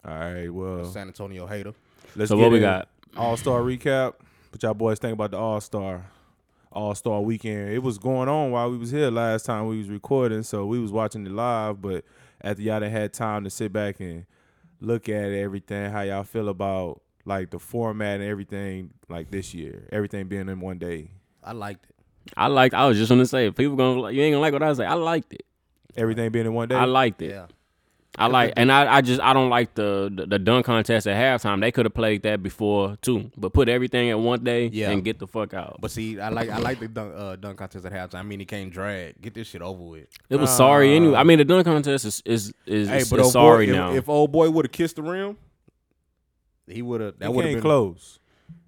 B: All right, well,
C: San Antonio hater.
B: let's
A: So what we
B: in.
A: got?
B: All Star recap. What y'all boys think about the All Star All Star weekend? It was going on while we was here last time we was recording, so we was watching it live. But after y'all done had time to sit back and look at everything, how y'all feel about like the format and everything, like this year, everything being in one day,
C: I liked it.
A: I liked. I was just gonna say, if people gonna like- you ain't gonna like what I say. I liked it.
B: everything being in one day.
A: I liked it.
C: Yeah.
A: I like, and I, I just I don't like the the, the dunk contest at halftime. They could have played that before too, but put everything at one day
C: Yeah.
A: and get the fuck out.
C: But see, I like I like the dunk uh, dunk contest at halftime. I mean, he can't drag. Get this shit over with.
A: It was
C: uh,
A: sorry anyway. I mean, the dunk contest is is is, is- is
C: old
A: sorry
C: boy, if-
A: now.
C: If, old boy would have kissed the rim, he would have.
B: that
C: That would have
B: came
C: been
B: close.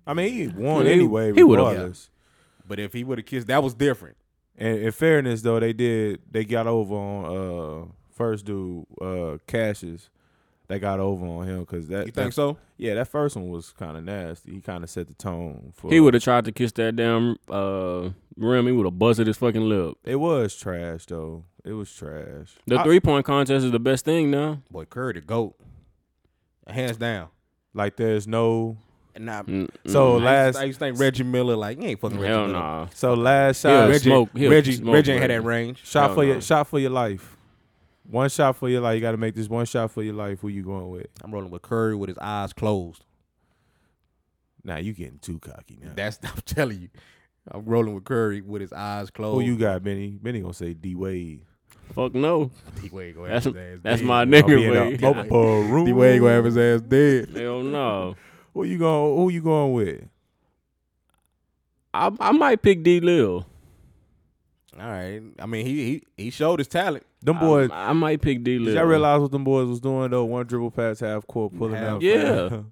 B: I mean, he won
A: He-
B: anyway,
A: he would've-
B: regardless.
C: But if he would have kissed, that was different.
B: And in fairness, though, they did. They got over on uh first dude, uh Cassius. They got over on him because that.
C: You think so?
B: Yeah, that first one was kind of nasty. He kind of set the tone for.
A: he would have tried to kiss that damn uh, rim. He would have busted his fucking lip.
B: It was trash though. It was trash.
A: The
B: I-
A: three point contest is the best thing now.
C: Boy, Curry the goat, hands down.
B: like there's no.
C: And I,
A: Mm, mm.
B: So
C: I, used,
B: last.
C: I used to think Reggie Miller, like he ain't fucking Reggie
A: hell
C: Miller. Uh,
A: nah.
B: so last
A: He'll
B: shot.
C: Reggie,
A: smoke. He'll
C: Reggie,
A: smoke
C: Reggie ain't had
A: Reggie.
C: that range.
B: Shot
A: Hell
B: for
A: no.
B: your shot for your life. One shot for your life. You got to make this one shot for your life. Who you going with?
C: I'm rolling with Curry with his eyes closed.
B: Now you getting too cocky now.
C: That's I'm telling you. I'm rolling with Curry with his eyes closed.
B: Who you got, Benny? Benny gonna say D Wade.
A: Fuck no.
C: D Wade gonna have
A: That's
C: his ass
A: that's
C: dead.
A: my
B: I'll be in
A: nigga.
B: the
A: Wade.
B: upper room.
C: D Wade gonna have his ass dead.
A: Hell no.
B: Who you going? Who you going with?
A: I I might pick D Lil.
C: All right. I mean, he he he showed his talent.
B: Them boys.
A: I, I might pick D
B: did
A: Lil.
B: y'all realize what them boys was doing though? One dribble pass, half court, pulling
C: Half-
B: out.
A: Yeah.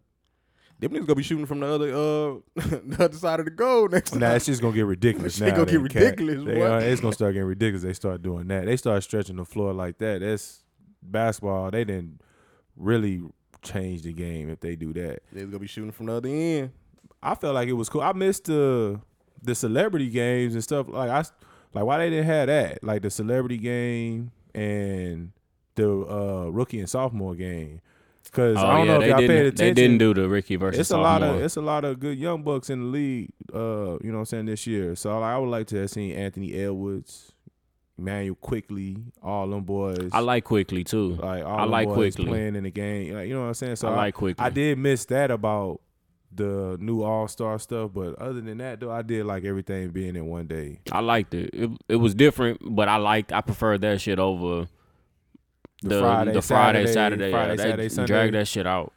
C: Them niggas gonna be shooting from the other uh the other side of the goal next time.
B: Nah, it's just gonna get ridiculous.
C: Shit
B: now,
C: gonna get
B: then, Cat.
C: ridiculous,
B: They
C: boy.
B: gonna- it's gonna start getting ridiculous. They start doing that. They start stretching the floor like that. That's basketball. They didn't really change the game if they do that.
C: They was gonna be shooting from the other end.
B: I felt like it was cool. I missed the the celebrity games and stuff. Like I s- like why they didn't have that? Like the celebrity game and the uh, rookie and sophomore game. Cause
A: Oh,
B: I don't
A: yeah,
B: know if
A: they
B: y'all
A: didn't,
B: paid attention.
A: They didn't do the Ricky versus
B: it's a lot of
A: sophomore.
B: it's a lot of good young bucks in the league. Uh, you know what I'm saying this year. So like, I would like to have seen Anthony Edwards, Emmanuel quickly, all them boys.
A: I like quickly too.
B: like all
A: I
B: them
A: like
B: boys
A: Quickley.
B: playing in the game. Like, you know what I'm saying. So
A: I like Quickley.
B: I did miss that about the new All Star stuff, but other than that, though, I did like everything being in one day.
A: I liked it. it. It was different, but I liked. I preferred that shit over the
B: The
A: the Friday,
B: Friday,
A: Saturday,
B: Saturday,
A: Saturday. yeah,
B: Friday,
A: they
B: Saturday, Sunday.
A: Drag that shit out.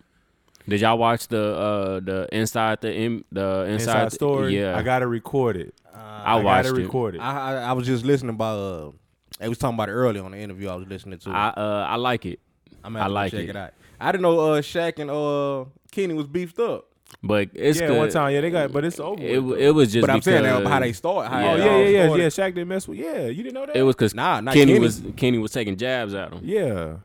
A: Did y'all watch the uh the inside the in, the
B: Inside,
A: inside, the-
B: story,
A: yeah,
B: I gotta record it.
A: I
B: I,
A: watched
B: gotta
A: it.
B: record it.
C: I, Uh, I I was just listening about uh they was talking about it earlier on the interview I was listening to.
A: I uh I like it,
C: I'm
A: I like
C: check
A: it.
C: it. out. I didn't know uh Shaq and uh Kenny was beefed up.
A: but it's
B: yeah,
A: good.
B: one time, yeah, they got, but it's over.
A: It,
B: with,
A: it was just.
C: But I'm saying
A: because-
C: that how they start. How
B: though. oh
A: yeah,
B: yeah,
C: it
B: yeah,
C: all
B: yeah,
C: started.
B: yeah. Shaq didn't mess with. Yeah, you didn't know that.
A: It was because
C: Nah, not
A: Kenny,
C: Kenny.
A: was Kenny was taking jabs at him.
B: Yeah,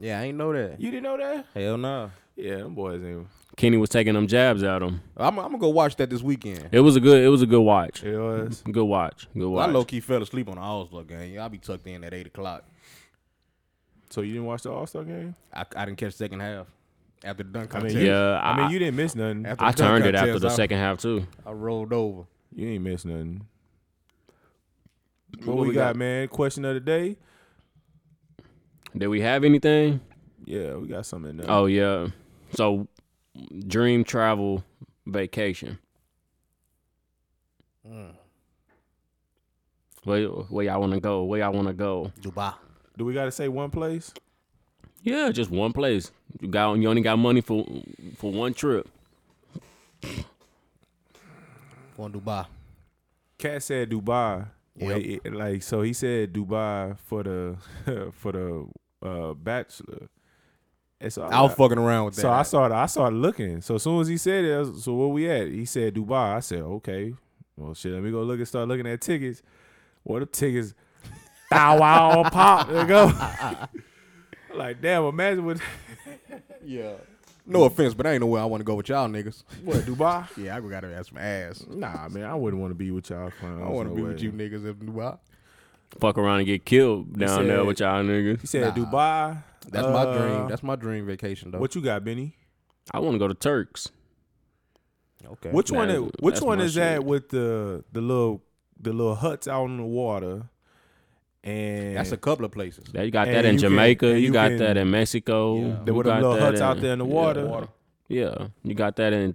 C: Yeah, I ain't know that.
B: you didn't know that.
C: Hell no.
B: Yeah, them boys ain't.
A: Kenny was taking them jabs at him.
C: I'm, I'm gonna go watch that this weekend.
A: It was a good. It was a good watch.
B: It was.
A: Good watch. Good
C: I
A: watch.
C: low key fell asleep on the All Star game. I'll be tucked in at eight o'clock.
B: So you didn't watch the All Star game?
C: I, I didn't catch second half. after the dunk
B: I mean,
C: contest.
B: you-
A: Yeah,
B: I,
A: I-
B: mean, you didn't miss nothing.
C: After
A: I
C: the dunk
A: turned it after
C: contest,
A: the
C: I-
A: second half too.
C: I rolled over.
B: You ain't miss nothing. What,
A: What
B: we,
A: we
B: got,
A: got?
B: man? Question of the day.
A: Did we have anything?
B: Yeah, we got something. in there.
A: Oh yeah. So dream travel vacation. Mm. Where where y'all wanna go? Where y'all wanna go?
C: Dubai.
B: Do we gotta say one place?
A: Yeah, just one place. You got you only got money for for one trip.
C: Going Dubai.
B: Cat said Dubai.
C: Yep.
B: Wait, it- like so he said Dubai for the for the uh bachelor. And so
C: I was fucking around with that.
B: so I started I started looking. So as soon as he said it, I was- so where we at? He said Dubai. I said, okay. Well shit, let me go look and start looking at tickets. What the tickets? Thou wow pop. There go. like damn, imagine what
C: yeah. No offense, but I ain't know where I want to go with y'all niggas.
B: what Dubai?
C: Yeah, I go gotta ask some ass.
B: Nah, man, I wouldn't want to be with y'all. clowns,
C: I want to
B: no
C: be
B: way.
C: with you niggas in Dubai.
A: Fuck around and get killed
B: You
A: down there
B: said-
A: with y'all
B: He
A: niggas.
B: said
C: Nah.
B: Dubai.
C: That's my dream.
B: uh,
C: That's my dream vacation though.
B: what you got, Benny?
A: I wanna go to Turks.
C: okay.
B: Which
A: That
B: one?
A: is-
B: Is, which
A: that's
B: one
A: my
B: is that
A: shit.
B: with the the little the little huts out in the water? And
C: That's a couple of places.
A: That you got
B: And
A: that in
B: you can-
A: Jamaica,
B: and
A: you,
B: you
A: got
B: can-
A: that in Mexico.
C: Yeah.
B: There
A: you
B: were them
A: got
B: little
A: that
B: huts out there in the
A: yeah.
B: water.
A: Yeah, you got that in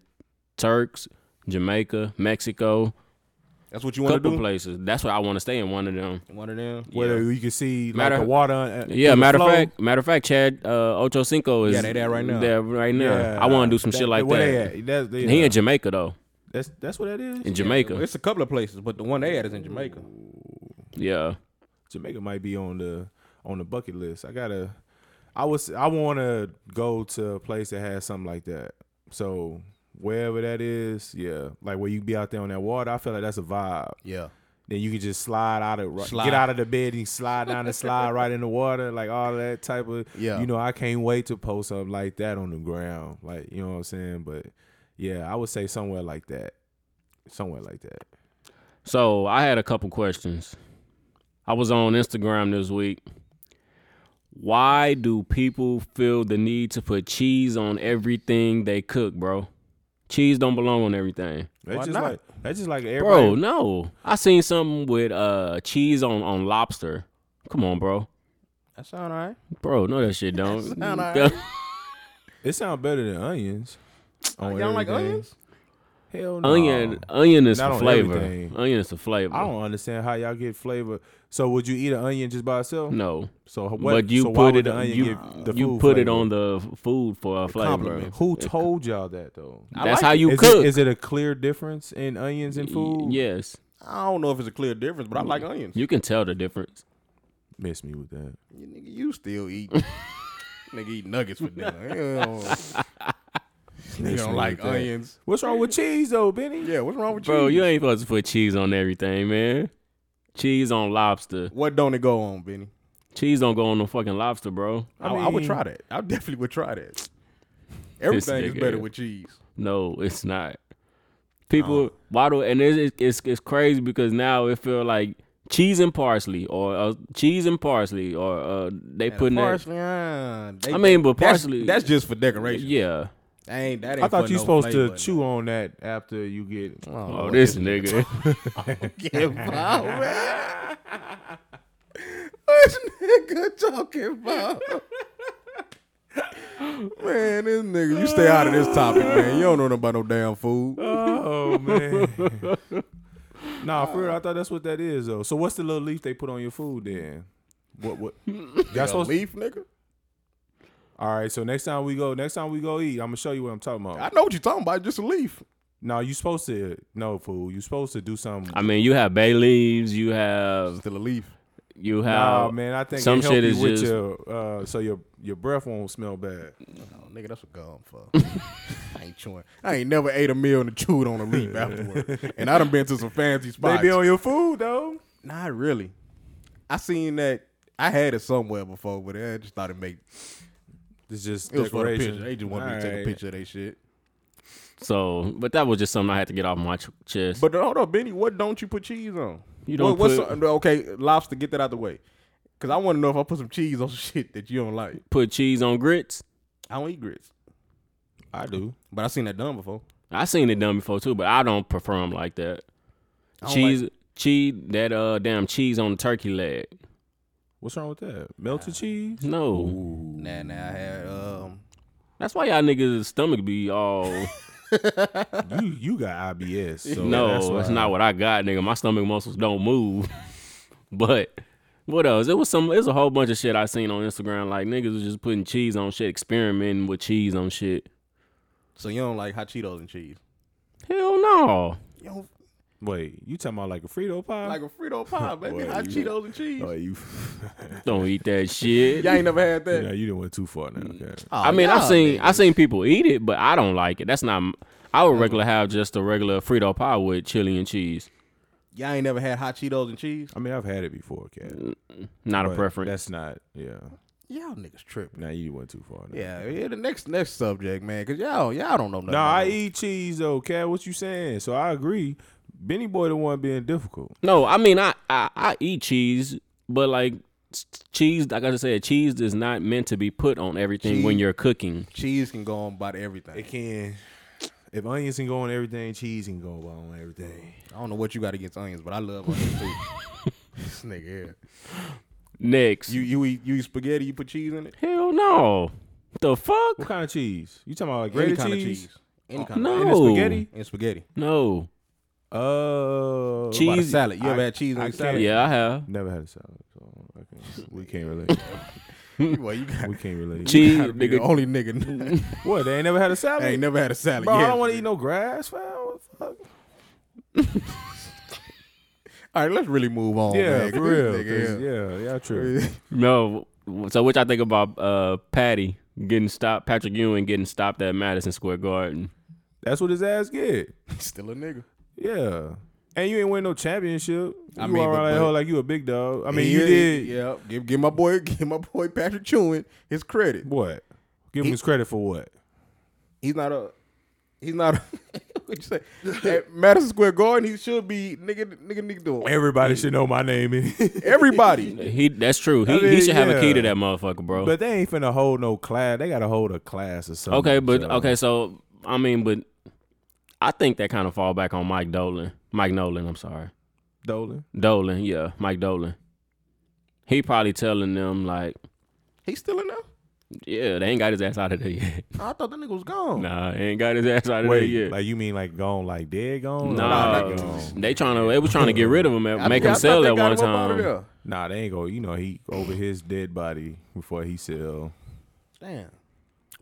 A: Turks, Jamaica, Mexico,
C: That's what you want to
A: couple
C: do.
A: places. That's what I want to stay in one of them.
C: One of them.
B: where
A: Yeah.
B: you can see like
A: Matter-
B: the water. uh,
A: Yeah,
B: through the
A: matter of
B: flow.
A: fact, matter of fact, Chad uh, Ocho Cinco is
C: Yeah, they there right now.
A: There right now.
B: Yeah,
A: I want to do some shit like
B: where
A: that.
B: They at? That's, they-
A: He in Jamaica though,
B: that's that's what that is.
A: in Jamaica.
C: It's a couple of places, but the one they had is in Jamaica.
A: Yeah,
B: Jamaica might be on the on the bucket list. I gotta. I was. I want to go to a place that has something like that. So wherever that is, yeah, like where you be out there on that water, I feel like that's a vibe.
C: Yeah.
B: Then you can just slide out of
C: Slide.
B: get out of the bed and slide down the slide right in the water, like all that type of.
C: Yeah.
B: You know, I can't wait to post something like that on the ground, like you know what I'm saying. But yeah, I would say somewhere like that, somewhere like that.
A: So I had a couple questions. I was on Instagram this week. Why do people feel the need to put cheese on everything they cook, bro? Cheese don't belong on everything.
B: That's
C: Why
B: just
C: not?
B: like that's just like everybody.
A: Bro, no. I seen something with uh cheese on on lobster. Come on, bro.
C: That sound alright.
A: Bro, no that shit don't.
C: sound alright.
B: It sounds better than onions. on
C: Y'all like
B: everything.
C: onions?
B: Hell no.
A: onion onion is
B: Not
A: for
B: on
A: flavor.
B: everything.
A: Onion is for flavor.
B: I don't understand how y'all get flavor. So would you eat an onion just by itself?
A: No.
B: So what?
A: But you
B: so why
A: put
B: would
A: it
B: the onion
A: you,
B: give the
A: you
B: food
A: put it
B: flavor?
A: on the f- food for a flavor.
C: compliment.
B: Who told y'all that though?
C: I
A: That's
C: like
A: how
C: it.
A: you
B: is
A: cook.
B: It, is it a clear difference in onions and food?
A: Yes.
C: I don't know if it's a clear difference, but I like onions.
A: You can tell the difference.
B: Miss me with that.
C: You, nigga, you still eat. nigga eat nuggets for dinner. Hell. nigga
B: Miss me
C: don't like
B: with that.
C: onions.
B: What's wrong with cheese though, Benny?
C: Yeah, what's wrong with
A: Bro,
C: you?
A: you ain't supposed to put cheese on everything, man. Cheese on lobster.
C: What don't it go on, Benny?
A: Cheese don't go on no fucking lobster, bro.
C: I, I would
B: mean-
C: try that. I definitely would try that. Everything is
A: nigga.
C: better with cheese.
A: No, it's not. People why do and it's it's it's crazy because now it feel like cheese and parsley or uh, cheese and parsley or uh, they putting that.
C: parsley, uh, they-
A: I mean, but
C: that's-
A: parsley-
C: That's, just for decoration.
A: Yeah.
C: I ain't that. Ain't
B: I thought
C: for
B: you
C: no
B: supposed to
C: flavor,
B: chew on that after you get it.
C: no.
A: Oh, this nigga.
C: talking about, man? What nigga talking about? Man, this nigga, you stay out of this topic, man. You don't know nothing about no damn food.
B: Oh man. nah, for real, I thought that's what that is though. So what's the little leaf they put on your food then? What what y'all
C: That's a
B: supposed
C: leaf, nigga.
B: All right, so next time we go, next time we go eat, I'm gonna show you what I'm talking
C: I
B: about.
C: know what you're talking about. Just a leaf.
B: No, you supposed to no fool. You supposed to do something.
A: I mean, you have bay leaves, you have
C: Still a leaf.
A: you have
B: Nah, man, I think
A: some
B: it help
A: shit
B: you
A: is
B: with
A: just-
B: your uh, so your your breath won't smell bad.
C: Oh, nigga, that's what gum for. I ain't chewing. I ain't never ate a meal and chewed on a leaf afterward. and I done been to some fancy
B: They
C: spots.
B: be on your food though.
C: Not really. I seen that. I had it somewhere before, but I just thought it made
B: It's just
C: it was for the
B: decoration.
C: picture. They just wanted me to take a
B: Alright.
C: picture of that shit.
A: so. But that was just something I had to get off my ch- chest.
C: But hold on, Benny, what don't you put cheese on?
A: You don't
C: What-
A: put-
C: some- okay, lobster. Get that out the way, because I want to know if I put some cheese on some shit that you don't like.
A: Put cheese on grits.
C: I don't eat grits.
B: I do.
C: But I seen that done before.
A: I seen it done before too, but I don't prefer them like that.
C: don't
A: Cheese, cheese, that uh damn cheese on the turkey leg.
B: What's wrong with that? Melted cheese?
A: No,
C: Nah, nah. I had um.
A: that's why y'all niggas' stomach be all.
B: you you got IBS. So
A: no,
B: that's
A: that's,
B: why
A: not what I got, nigga. My stomach muscles don't move. but what else? It was some. It was a whole bunch of shit I seen on Instagram. Like niggas was just putting cheese on shit, experimenting with cheese on shit.
C: So you don't like hot Cheetos and cheese?
A: Hell no.
C: You don't
B: Wait, you talking about like a Frito pie?
C: like a Frito pie, baby?
B: Boy,
C: hot
B: you-
C: Cheetos and cheese.
B: oh, you,
A: Don't eat that shit.
C: Y'all ain't never had that.
B: yeah, you didn't went too far now. Okay.
C: Oh,
A: I mean, I've
C: y'all
A: seen
C: niggas.
A: I've seen people eat it, but I don't like it. That's not. m- I
B: Uh-huh.
A: would regular have just a regular Frito pie with chili and cheese.
C: Y'all ain't never had hot Cheetos and cheese.
B: I mean, I've had it before, cat.
A: Not a
B: but
A: preference.
B: That's not. Yeah.
C: Y'all niggas tripping.
B: Now you went too far. Now.
C: Yeah, yeah. The next next subject, man, because y'all y'all don't know nothing.
B: No,
C: about
B: I
C: it.
B: eat cheese though, cat. What you saying? So I agree. Benny boy the one being difficult.
A: No, I mean I, I I eat cheese, but like s- cheese, like I just said, cheese is not meant to be put on everything when
C: Cheese.
A: you're cooking.
C: cheese can go on about everything.
B: It can. If onions can go on everything, cheese can go on everything.
C: I don't know what you got against onions, but I love onions too. this nigga here.
A: Next,
C: You you eat you eat spaghetti, you put cheese in it?
A: hell no, the
B: What
A: fuck,
B: kind of cheese? You talking about like
C: Any
B: grated
C: kind
B: cheese? Oh,
C: of cheese. Any kind of
A: no.
B: And the spaghetti?
C: and spaghetti.
A: no
C: Oh.
B: Uh,
C: What about a
A: cheese.
C: salad. You ever
B: I-
C: had cheese in
B: I
C: a salad?
A: Yeah, I have
B: Never had a salad, so I can't, we can't relate.
C: well, you got
B: we can't relate.
A: cheese,
C: gotta be the
A: nigga.
C: only nigga
B: What? They ain't never had a salad.
C: I ain't never had a salad.
B: Bro,
C: yeah.
B: I don't want to eat no grass, fam. What the fuck?
C: All right, let's really move on.
B: yeah,
C: Oh, man,
B: for
C: 'cause
B: real.
C: this
B: 'cause,
C: nigga,
B: Yeah, yeah, true.
A: No, so which I think about uh Patty getting stopped, Patrick Ewing getting stopped at Madison Square Garden.
B: That's what his ass get.
C: Still a nigga.
B: Yeah. And you ain't win no championship.
C: I
B: You
C: mean,
B: all
C: but-
B: around that
C: but-
B: hoe like you a big dog. I mean,
C: He
B: you
C: is-
B: did.
C: Yeah, give, give my boy, give my boy Patrick Chewin his credit.
B: What? Give him
C: He-
B: his credit for what?
C: He's not a, he's not. A, what you say? At Madison Square Garden, he should be nigga, nigga, nigga doing
B: Everybody should know my name, in-
C: everybody.
A: He that's true. He,
B: I
A: he
B: mean,
A: should have a key to
B: yeah.
A: that motherfucker,
C: Oh.
A: bro.
B: but they ain't finna hold no class. They gotta hold a class or something.
A: okay, but
B: so.
A: okay, so I mean, but I think that kind of fall back on Mike Dolan, Mike Nolan. I'm sorry,
B: Dolan.
A: Dolan. Yeah, Mike Dolan. He probably telling them like,
C: He's still in there.
A: yeah, they ain't got his ass out of there yet.
C: I thought that nigga was gone.
A: nah, they ain't got his ass out of there
B: Wait,
A: yet.
B: like you mean like gone, like dead gone?
A: nah,
B: like
A: they trying to. They was trying to get rid of him,
C: I
A: at, make
C: think- I
A: him
C: thought
A: sell
C: they
A: at
C: got
A: one
C: him up out of
A: time.
C: there.
B: Nah, they ain't go. You know, he over his dead body before he sell.
C: Damn.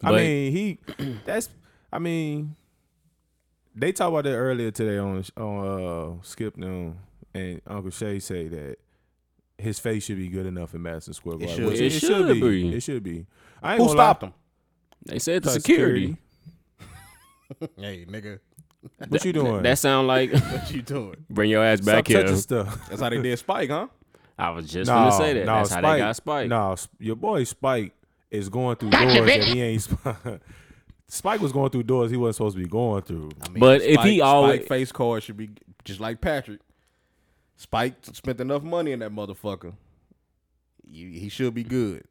B: I
A: But-
B: mean, he. That's. I mean, they talked about that earlier today on on uh, Skip Noon and Uncle Shay say that his face should be good enough in Madison Square Garden.
C: should.
B: which
A: It should
B: be.
A: be.
B: It should be. I ain't
C: Who
B: gonna lie.
C: stopped him?
A: They said
B: It's
A: security.
C: Hey, nigga,
B: What you doing?
A: That sound like
C: what you doing?
A: bring your ass
B: Stop
A: back here.
B: touching stuff.
C: That's how they did Spike, huh?
A: I was just
B: Nah,
A: gonna say that.
B: nah,
A: That's how they got Spike.
B: Nah, Sp- your boy Spike is going through doors that he ain't. Sp- Spike was going through doors he wasn't supposed to be going through.
C: I mean,
A: But if he
C: Spike-
A: always-
C: Spike face card should be just like Patrick. Spike spent enough money in that motherfucker. He, he should be good.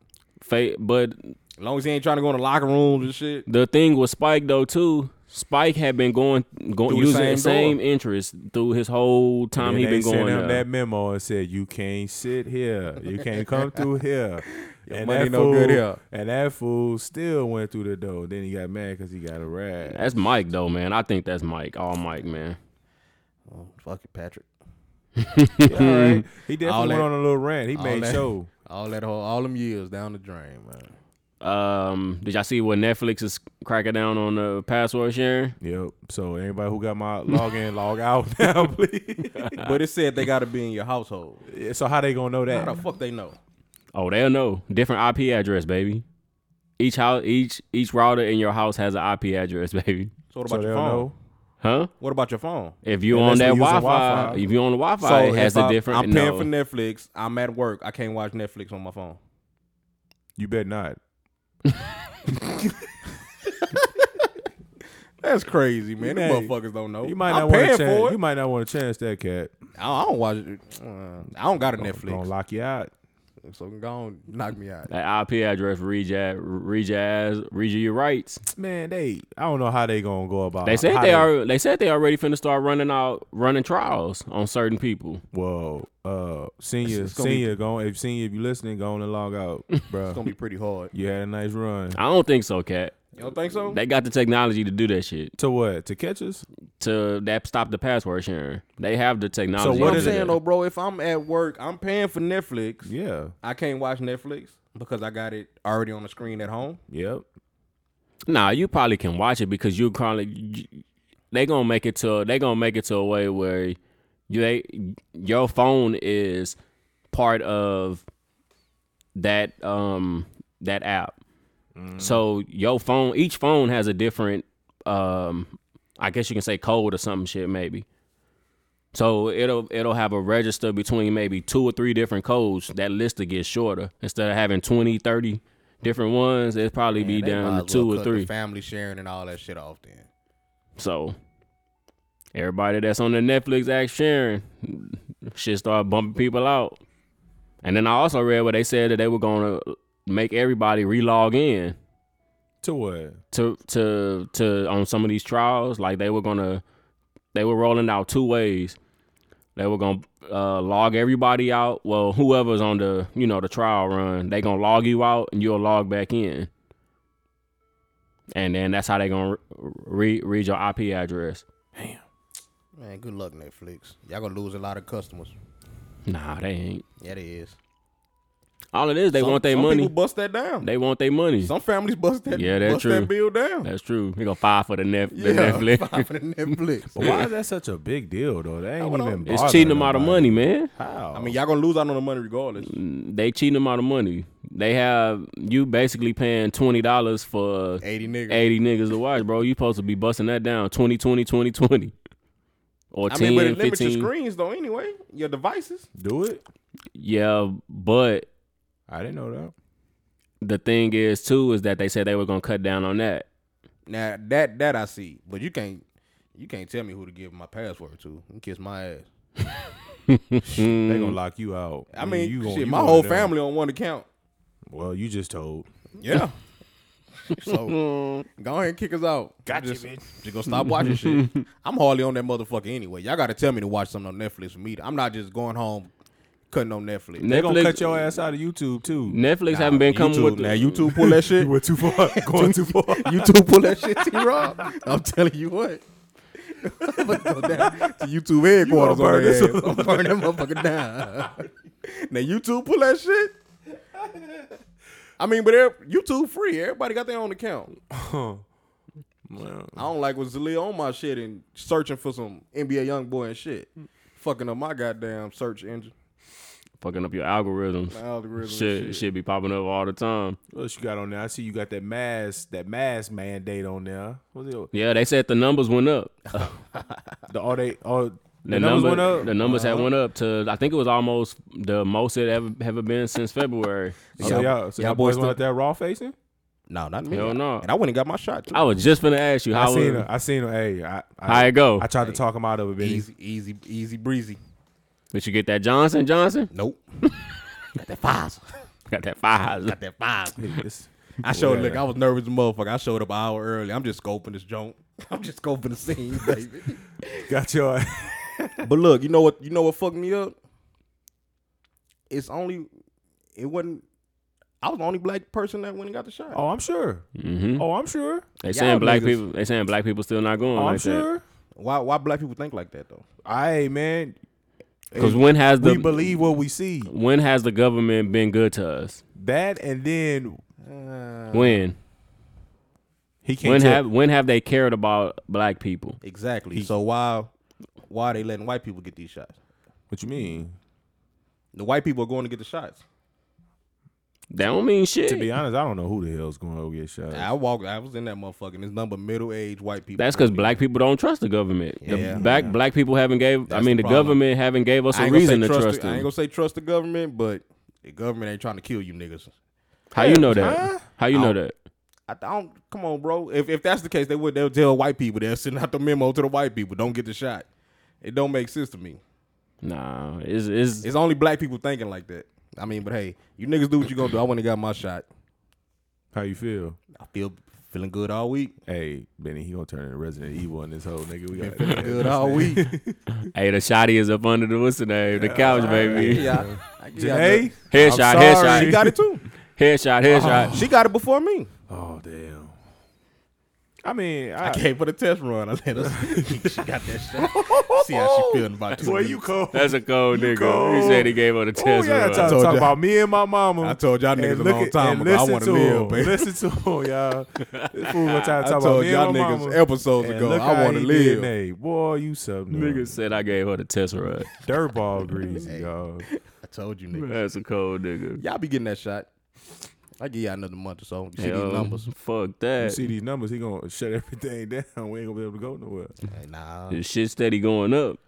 A: Fa- but
C: As long as he ain't trying to go in the locker rooms and shit.
A: the thing with Spike though too, Spike had been going going
C: Through the
A: using
C: same
A: the same
C: door.
A: interest through his whole time
B: And
A: he
B: they
A: been
B: sent
A: going
B: him
A: there.
B: that memo and said, "You can't sit here. You can't come through here." and
C: money
B: that
C: no
B: fool,
C: good here.
B: And that fool still went through the door. Then he got mad because he got a rag.
A: That's Mike though, man. I think that's Mike. All Mike, man.
C: Oh, fuck it, Patrick.
B: Yeah, all right. He
C: All
B: definitely
C: that-
B: went on a little rant. He
C: all
B: made
C: that-
B: sure.
C: All that whole, all them years down the drain, man.
A: Um, did y'all see what Netflix is cracking down on the password sharing?
B: Yep. So anybody who got my log in, log out now, please.
C: but it said they gotta be in your household.
B: Yeah, so how they gonna know
C: How
B: that?
C: the fuck they know?
A: Oh, they'll know. Different IP address, baby. Each house, each each router in your house has an IP address, baby.
C: So what
B: So
C: about
B: they'll
C: your phone?
B: know.
A: Huh?
C: What about your phone?
A: If you
B: Unless
A: on that
B: we using
A: Wi-Fi,
B: Wi-Fi.
A: if you on the Wi-Fi, it has
C: if
A: a
C: I-
A: different.
C: I'm paying
A: no.
C: for Netflix. I'm at work. I can't watch Netflix on my phone.
B: You bet not.
C: That's crazy, man. Them
B: may-
C: motherfuckers don't know.
B: You might
C: I'm
B: not want
C: paying
B: to
C: for
B: chance.
C: it.
B: You might not want to chance that cat.
C: I don't I don't watch it. Uh, I don't got a
B: Gonna
C: Netflix.
B: lock you out.
C: So go on, knock me out.
A: That IP address, read your, read your ass, read you your rights.
B: Man, they I don't know how they gonna go about.
C: Oh,
A: They said
B: how
A: they are. They said they already finna start running out, running trials on certain people.
B: Well, uh, senior,
C: It's gonna be-
B: senior, go on, if senior, if you listening, go on and log out,
C: It's
B: bro.
C: gonna Ah. be pretty hard.
B: You had a nice run.
A: I don't think so, cat.
C: You don't think so?
A: They got the technology to do that shit.
B: To what? To catch us?
A: To that stop the password sharing. They have the technology.
B: what
A: to
C: I'm
B: is
A: do
B: it?
A: that.
C: saying though, bro, if I'm at work, I'm paying for Netflix.
B: Yeah.
C: I can't watch Netflix because I got it already on the screen at home.
B: Yep.
A: Nah, you probably can watch it because you probably you- they gonna make it to they gonna make it to a way where you they your phone is part of that um that app.
C: Mm-hmm.
A: So your phone, each phone has a different um I guess you can say code or something shit maybe. So it'll it'll have a register between maybe two or three different codes. That list will get shorter. Instead of having 20, 30 different ones, it'll probably be
C: Man, they might
A: down to
C: as well
A: two or
C: cut the
A: three.
C: Family sharing and all that shit off then.
A: So everybody that's on the Netflix act sharing shit start bumping people out. And then I also read where they said that they were gonna make everybody relog in
B: To what?
A: to to to on some of these trials. Like they were gonna they were rolling out two ways. They were gonna uh, log everybody out. Well, whoever's on the you know the trial run, they gonna log you out and you'll log back in. And then that's how they gonna re- read your IP address.
C: Man, good luck, Netflix. Y'all gonna lose a lot of customers.
A: Nah, they ain't.
C: Yeah, they is.
A: All it is, they want their money.
C: People bust that down.
A: they want their money.
C: some families bust that.
A: Yeah, that's
C: bust
A: true.
C: That bill down.
A: That's true. They gonna file for the, nef-
C: yeah,
A: the Netflix.
C: five for the Netflix.
B: But why is that such a big deal though? That ain't
C: Hold
B: even.
C: on.
A: It's
B: bothering
A: cheating them out of
B: nobody.
A: money, man.
B: How?
C: I mean, y'all gonna lose out on the money regardless.
A: They cheating them out of money. They have you basically paying twenty dollars for
C: Eighty niggas.
A: eighty niggas to watch, bro. You supposed to be busting that down 20, 20, 20, 20. Or
C: I
A: 10,
C: mean, but it limits your
A: 15.
C: screens though. Anyway, your devices.
B: do it.
A: Yeah, but
B: I didn't know that.
A: the thing is too is that they said they were gonna cut down on that.
C: Now that that I see, but you can't you can't tell me who to give my password to. You kiss my ass.
B: They
C: Mm.
B: gonna lock you out.
C: I mean,
B: you
C: shit,
B: you
C: my whole
B: down.
C: family on one account.
B: Well, you just told.
C: Yeah. so go ahead and kick us out. Gotcha, just, bitch. Just gonna stop watching shit. I'm hardly on that motherfucker anyway. Y'all gotta tell me to watch something on Netflix for me. to- I'm not just going home cutting on Netflix.
B: They gonna
A: Netflix-
B: cut your ass out of YouTube too.
A: Netflix haven't been coming
C: YouTube,
A: with the-
C: now YouTube pull that shit.
B: you went too far. Going too far.
C: YouTube pull that shit T Rob. I'm telling you what. I'm gonna go down to YouTube headquarters
B: You gonna
C: on
B: burn
C: their
B: this
C: ass. I'm burning that motherfucker down. now YouTube pull that shit. I mean, but every- YouTube free. Everybody got their own account.
B: Well,
C: I don't like when Zalia on my shit and searching for some NBA young boy and shit. Fucking up my goddamn search engine.
A: fucking up your algorithms.
C: My algorithm and
A: Shit, shit,
C: shit.
A: be popping up all the time.
B: what else you got on there? I see you got that mask, that mask mandate on there. What's it?
A: Yeah, they said the numbers went up.
B: The all they all the,
A: The
B: numbers
A: number,
B: went up. Uh-huh.
A: the numbers had went up to I think it was almost the most it ever ever been since February.
B: So y'all, so y'all boys went out there raw facing.
C: No, not me.
A: Hell no.
C: And I went and got my shot too.
A: I was just finna ask you
B: I
A: how
B: seen
A: it,
B: him. I seen him. Hey, I, I,
A: how it go.
B: I tried to talk him out of it, Benny.
C: Easy, easy, easy breezy.
A: Did you get that Johnson Johnson?
C: Nope. got that five.
A: Got that five.
C: Got that five.
B: It's-
C: I showed
B: Yeah.
C: look, I was nervous as a motherfucker. I showed up an hour early. I'm just scoping this joint. I'm just scoping the scene, baby.
B: got your.
C: but look, you know what you know what fucked me up? It's only it wasn't I was the only black person that went and got the shot.
B: Oh, I'm sure.
A: Mm-hmm.
B: Oh, I'm sure.
A: They saying black
B: niggas.
A: people. They saying black people still not going
B: Oh, I'm
A: like that.
B: sure.
C: Why why black people think like that though?
B: Hey, man.
A: Because when has the
B: we believe what we see.
A: when has the government been good to us?
B: That and then
A: When
B: he Uh, can't.
A: when
B: tell-
A: have when have they cared about black people?
C: Exactly. so why why are they letting white people get these shots?
B: what you mean?
C: The white people are going to get the shots.
A: That don't mean shit.
B: To be honest, I don't know who the hell's going to go get shot.
C: I walked I was in that motherfucker and it's number middle aged white people.
A: That's because black people don't trust the government.
C: Yeah.
A: the black black people haven't gave. I
C: That's
A: mean,
C: the
A: the,
C: problem.
A: government haven't gave us a
C: I ain't gonna
A: reason
C: say
A: to trust
C: the- I ain't
A: them.
C: gonna say trust the government, but the government ain't trying to kill you niggas.
A: How you know that?
B: Huh?
A: How you know
C: I'll-
A: that?
C: I don't. Come on, bro. If if that's the case, they would they'll tell white people they're sending out the memo to the white people. Don't get the shot. It don't make sense to me.
A: Nah, it's, it's
C: It's only black people thinking like that. I mean, but hey, you niggas do what you gonna do. I went and got my shot.
B: How you feel?
C: I feel feeling good all week.
B: Hey, Benny, he gonna turn into Resident Evil in this whole nigga. We
C: Been
B: got
C: feeling good all week.
A: Hey, the shotty is up under the what's the name? The couch, baby.
C: yeah, I- I-
B: Janae,
A: Headshot,
B: I'm sorry.
A: headshot.
C: She got Oh. it too.
A: Headshot, headshot.
C: She got it before me.
B: Oh damn. I mean, I,
C: I came for the test run. I let her. she got that shot. See how she feeling about two
B: Boy,
C: minutes.
B: you cold.
A: That's a cold nigga.
B: cold.
A: He said he gave her the
B: Oh
A: test.
B: yeah,
A: run.
B: talk,
C: told
B: talk
C: y'all-
B: about me and my mama.
C: I told y'all
B: And
C: niggas a
B: look
C: long
B: at-
C: time
B: and
C: ago, I
B: listen
C: wanna
B: to
C: live,
B: him.
C: baby.
B: Listen to him, y'all. This fool gonna try to
C: I
B: talk about
C: told
B: me and
C: y'all
B: my
C: niggas
B: mama.
C: episodes
B: And
C: ago.
B: look
C: I
B: how
C: want to
B: he
C: live.
B: did, Hey, boy, you something.
A: Nigga said I gave her the test run.
B: dirtball greasy, y'all.
C: I told you, niggas.
A: That's a cold nigga.
C: Y'all be getting that shot. I give y'all another month or so. You see
A: Hell,
C: these numbers.
A: Fuck
B: You
A: that.
B: see these numbers? He gonna shut everything down. We ain't gonna be able to go nowhere.
C: Hey, nah.
A: The shit steady going up.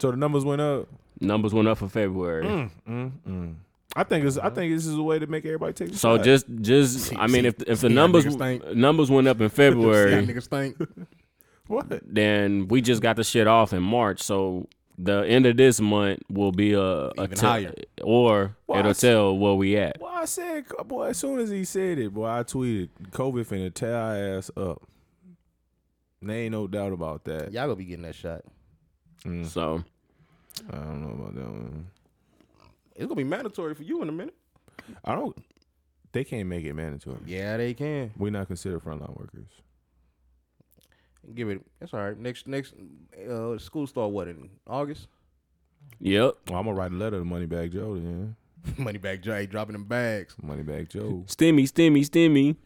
B: So the numbers went up. Mm,
A: Numbers went up for February.
B: I think it's. I think this is a way to make everybody take. The
A: So
B: shot.
A: just, just I mean, if if the
C: see how
A: numbers
C: niggas think.
A: numbers went up in
C: See how
A: February,
C: niggas think.
B: what?
A: then we just got the shit off in March. So the end of this month will be a, a
C: Even
A: te-
C: higher.
A: or
B: Well, I
A: it'll
B: s-
A: tell where we at.
B: Well, I said, boy. As soon as he said it, boy, I tweeted, "COVID finna tear our ass up." There ain't no doubt about that.
C: Y'all gonna be getting that shot.
B: Mm,
A: So
B: I don't know about that one.
C: It's gonna be mandatory for you in a minute.
B: I don't. They can't make it mandatory.
C: Yeah, they can.
B: We're not considered frontline workers.
C: Give it. That's all right. Next, next, uh, school start what in August?
A: yep,
B: Well, I'm gonna write a letter to Moneybag Joe. Then
C: Money back, Jay dropping them bags.
B: Moneybag Joe.
A: stimmy, stimmy, stimmy.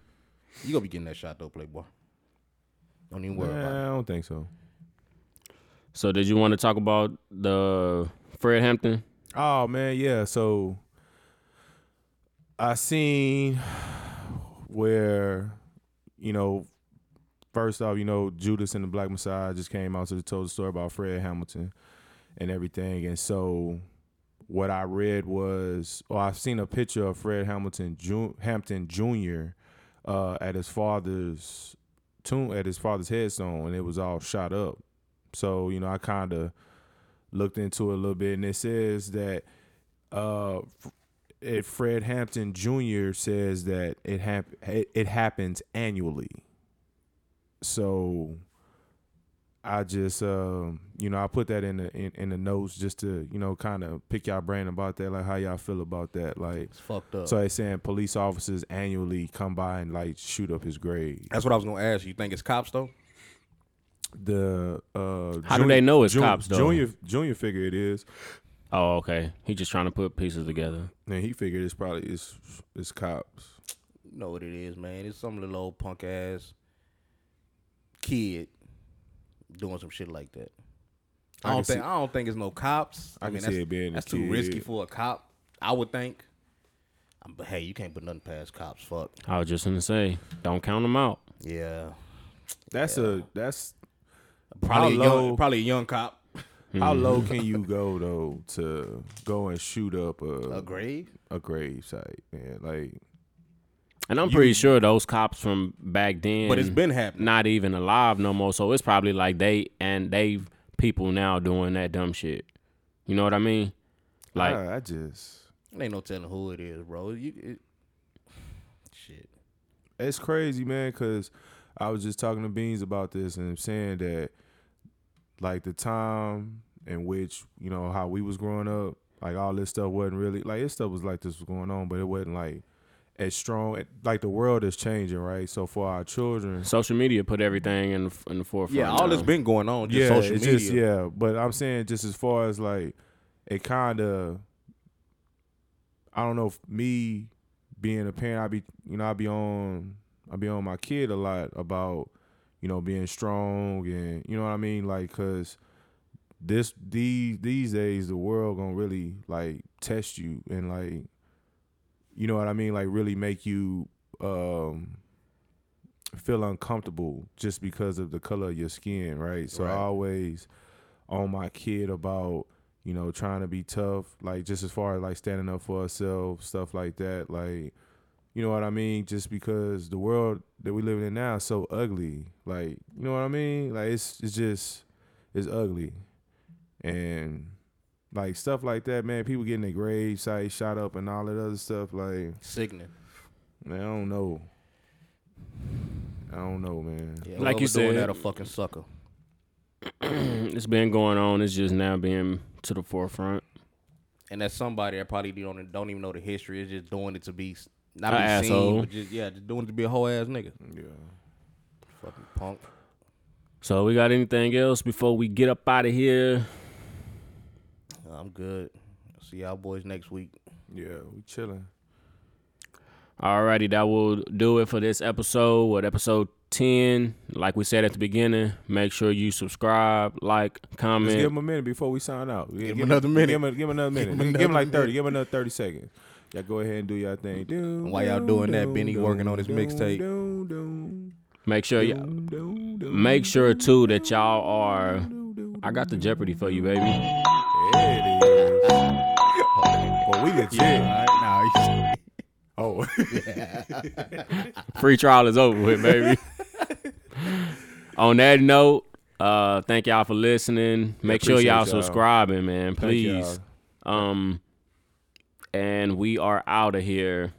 C: You gonna be getting that shot though, Playboy. Don't even worry about
B: Nah, I don't think so.
A: So did you want to talk about the Fred Hampton?
B: Oh man, yeah. So I seen where you know, first off, you know, Judas and the Black Messiah just came out to told the story about Fred Hamilton and everything, and so what I read was, or I've seen a picture of Fred Hamilton Ju- Hampton Jr. Uh, at his father's tomb, at his father's headstone, and it was all shot up. So you know, I kind of looked into it a little bit, and it says that uh, f- it, Fred Hampton Jr. says that it hap- it, it happens annually. So I just um, you know I put that in the in, in the notes just to you know kind of pick y'all brain about that, like how y'all feel about that, like.
C: it. It's fucked up.
B: So it's saying police officers annually come by and like shoot up his grave.
C: That's what I was gonna ask you. You think it's cops though?
B: The uh,
A: How do they know it's
B: Jun-
A: cops, though?
B: Junior Junior figure it is.
A: Oh, okay. He just trying to put pieces together.
B: And he figured it's probably it's it's cops.
C: You know what it is, man. It's some little old punk ass kid doing some shit like that.
B: I
C: I don't
B: can
C: think
B: see-
C: I don't think it's no cops.
B: I can see
C: that's,
B: it being a
C: that's too risky
B: kid.
C: for a cop. I would think. Um, But hey, you can't put nothing past cops. Fuck.
A: I was just gonna say, don't count them out.
C: Yeah.
B: That's a that's
C: Probably a
B: How low-
C: young, probably a young cop.
A: Hmm.
B: how low can you go though to go and shoot up
C: A
B: a
C: grave.
B: a, grave site, man? Like
A: And I'm pretty sure those cops from back then,
C: But it's
B: Mm.
C: been happening.
A: not even alive no more. So it's probably like they and they people now doing that dumb shit. You know what I mean? Like
B: I, I just
C: Ain't no telling who it is, bro. You it, shit.
B: it's crazy, man, because I was just talking to Beans about this and saying that like the time in which, you know, how we was growing up, like all this stuff wasn't really like this stuff was like this was going on, but it wasn't like as strong like the world is changing, right? So for our children
A: social media put everything in the, in the forefront.
C: Yeah, all
A: now.
C: this been going on. Just social
B: it's
C: media.
B: Just, yeah, but I'm saying just as far as like it kind of, I don't know. If me being a parent, I be you know I be on I be on my kid a lot about you know being strong and you know what I mean like because this these these days the world gonna really like test you and like you know what I mean like really make you um feel uncomfortable just because of the color of your skin right so I
C: Right.
B: always on my kid about you know trying to be tough like just as far as like standing up for ourselves stuff like that like you know what I mean? Just because the world that we live in now is so ugly, like you know what I mean? Like it's it's just it's ugly, and Like stuff like that, man. People getting their grave sites shot up and all that other stuff. Like,
C: Sickening.
B: man, I don't know. I don't know, man.
C: Yeah,
A: Like
C: whoever
A: you
C: doing
A: said-
C: that a fucking sucker.
A: it's been going on. It's just now being to the forefront.
C: and that's somebody that probably don't don't even know the history. Is just doing it to be s- not
A: A
C: be seen,
A: asshole.
C: but just yeah, just doing it to be a whole ass nigga.
B: Yeah.
C: Fucking punk.
A: So we got anything else before we get up out of here?
C: I'm good. See y'all boys next week.
B: Yeah, we chilling.
A: Alrighty, that will do it for this episode. What episode ten? Like we said at the beginning, make sure you subscribe, like,
B: Just
A: comment.
B: give him a minute before we sign out. Yeah,
C: him another minute.
B: Give him, give him another minute. Give him,
C: another
B: like thirty. Give him another thirty seconds. Y'all go ahead and do y'all thing. Doom,
C: while y'all
B: doom,
C: doing that,
B: doom,
C: Benny working on his
B: doom,
C: mixtape.
B: doom, doom,
A: make sure you
B: doom, doom, doom,
A: make sure too that y'all are.
B: doom, doom.
A: I got the Jeopardy for you, baby.
B: There it is. Well, we legit.
C: right,
B: Oh,
A: Free trial is over with, baby. On that note, uh, thank y'all for listening. Make sure
B: appreciate
A: y'all,
B: y'all.
A: subscribing, man.
B: Thank y'all.
A: Please. Um, and we are out of here.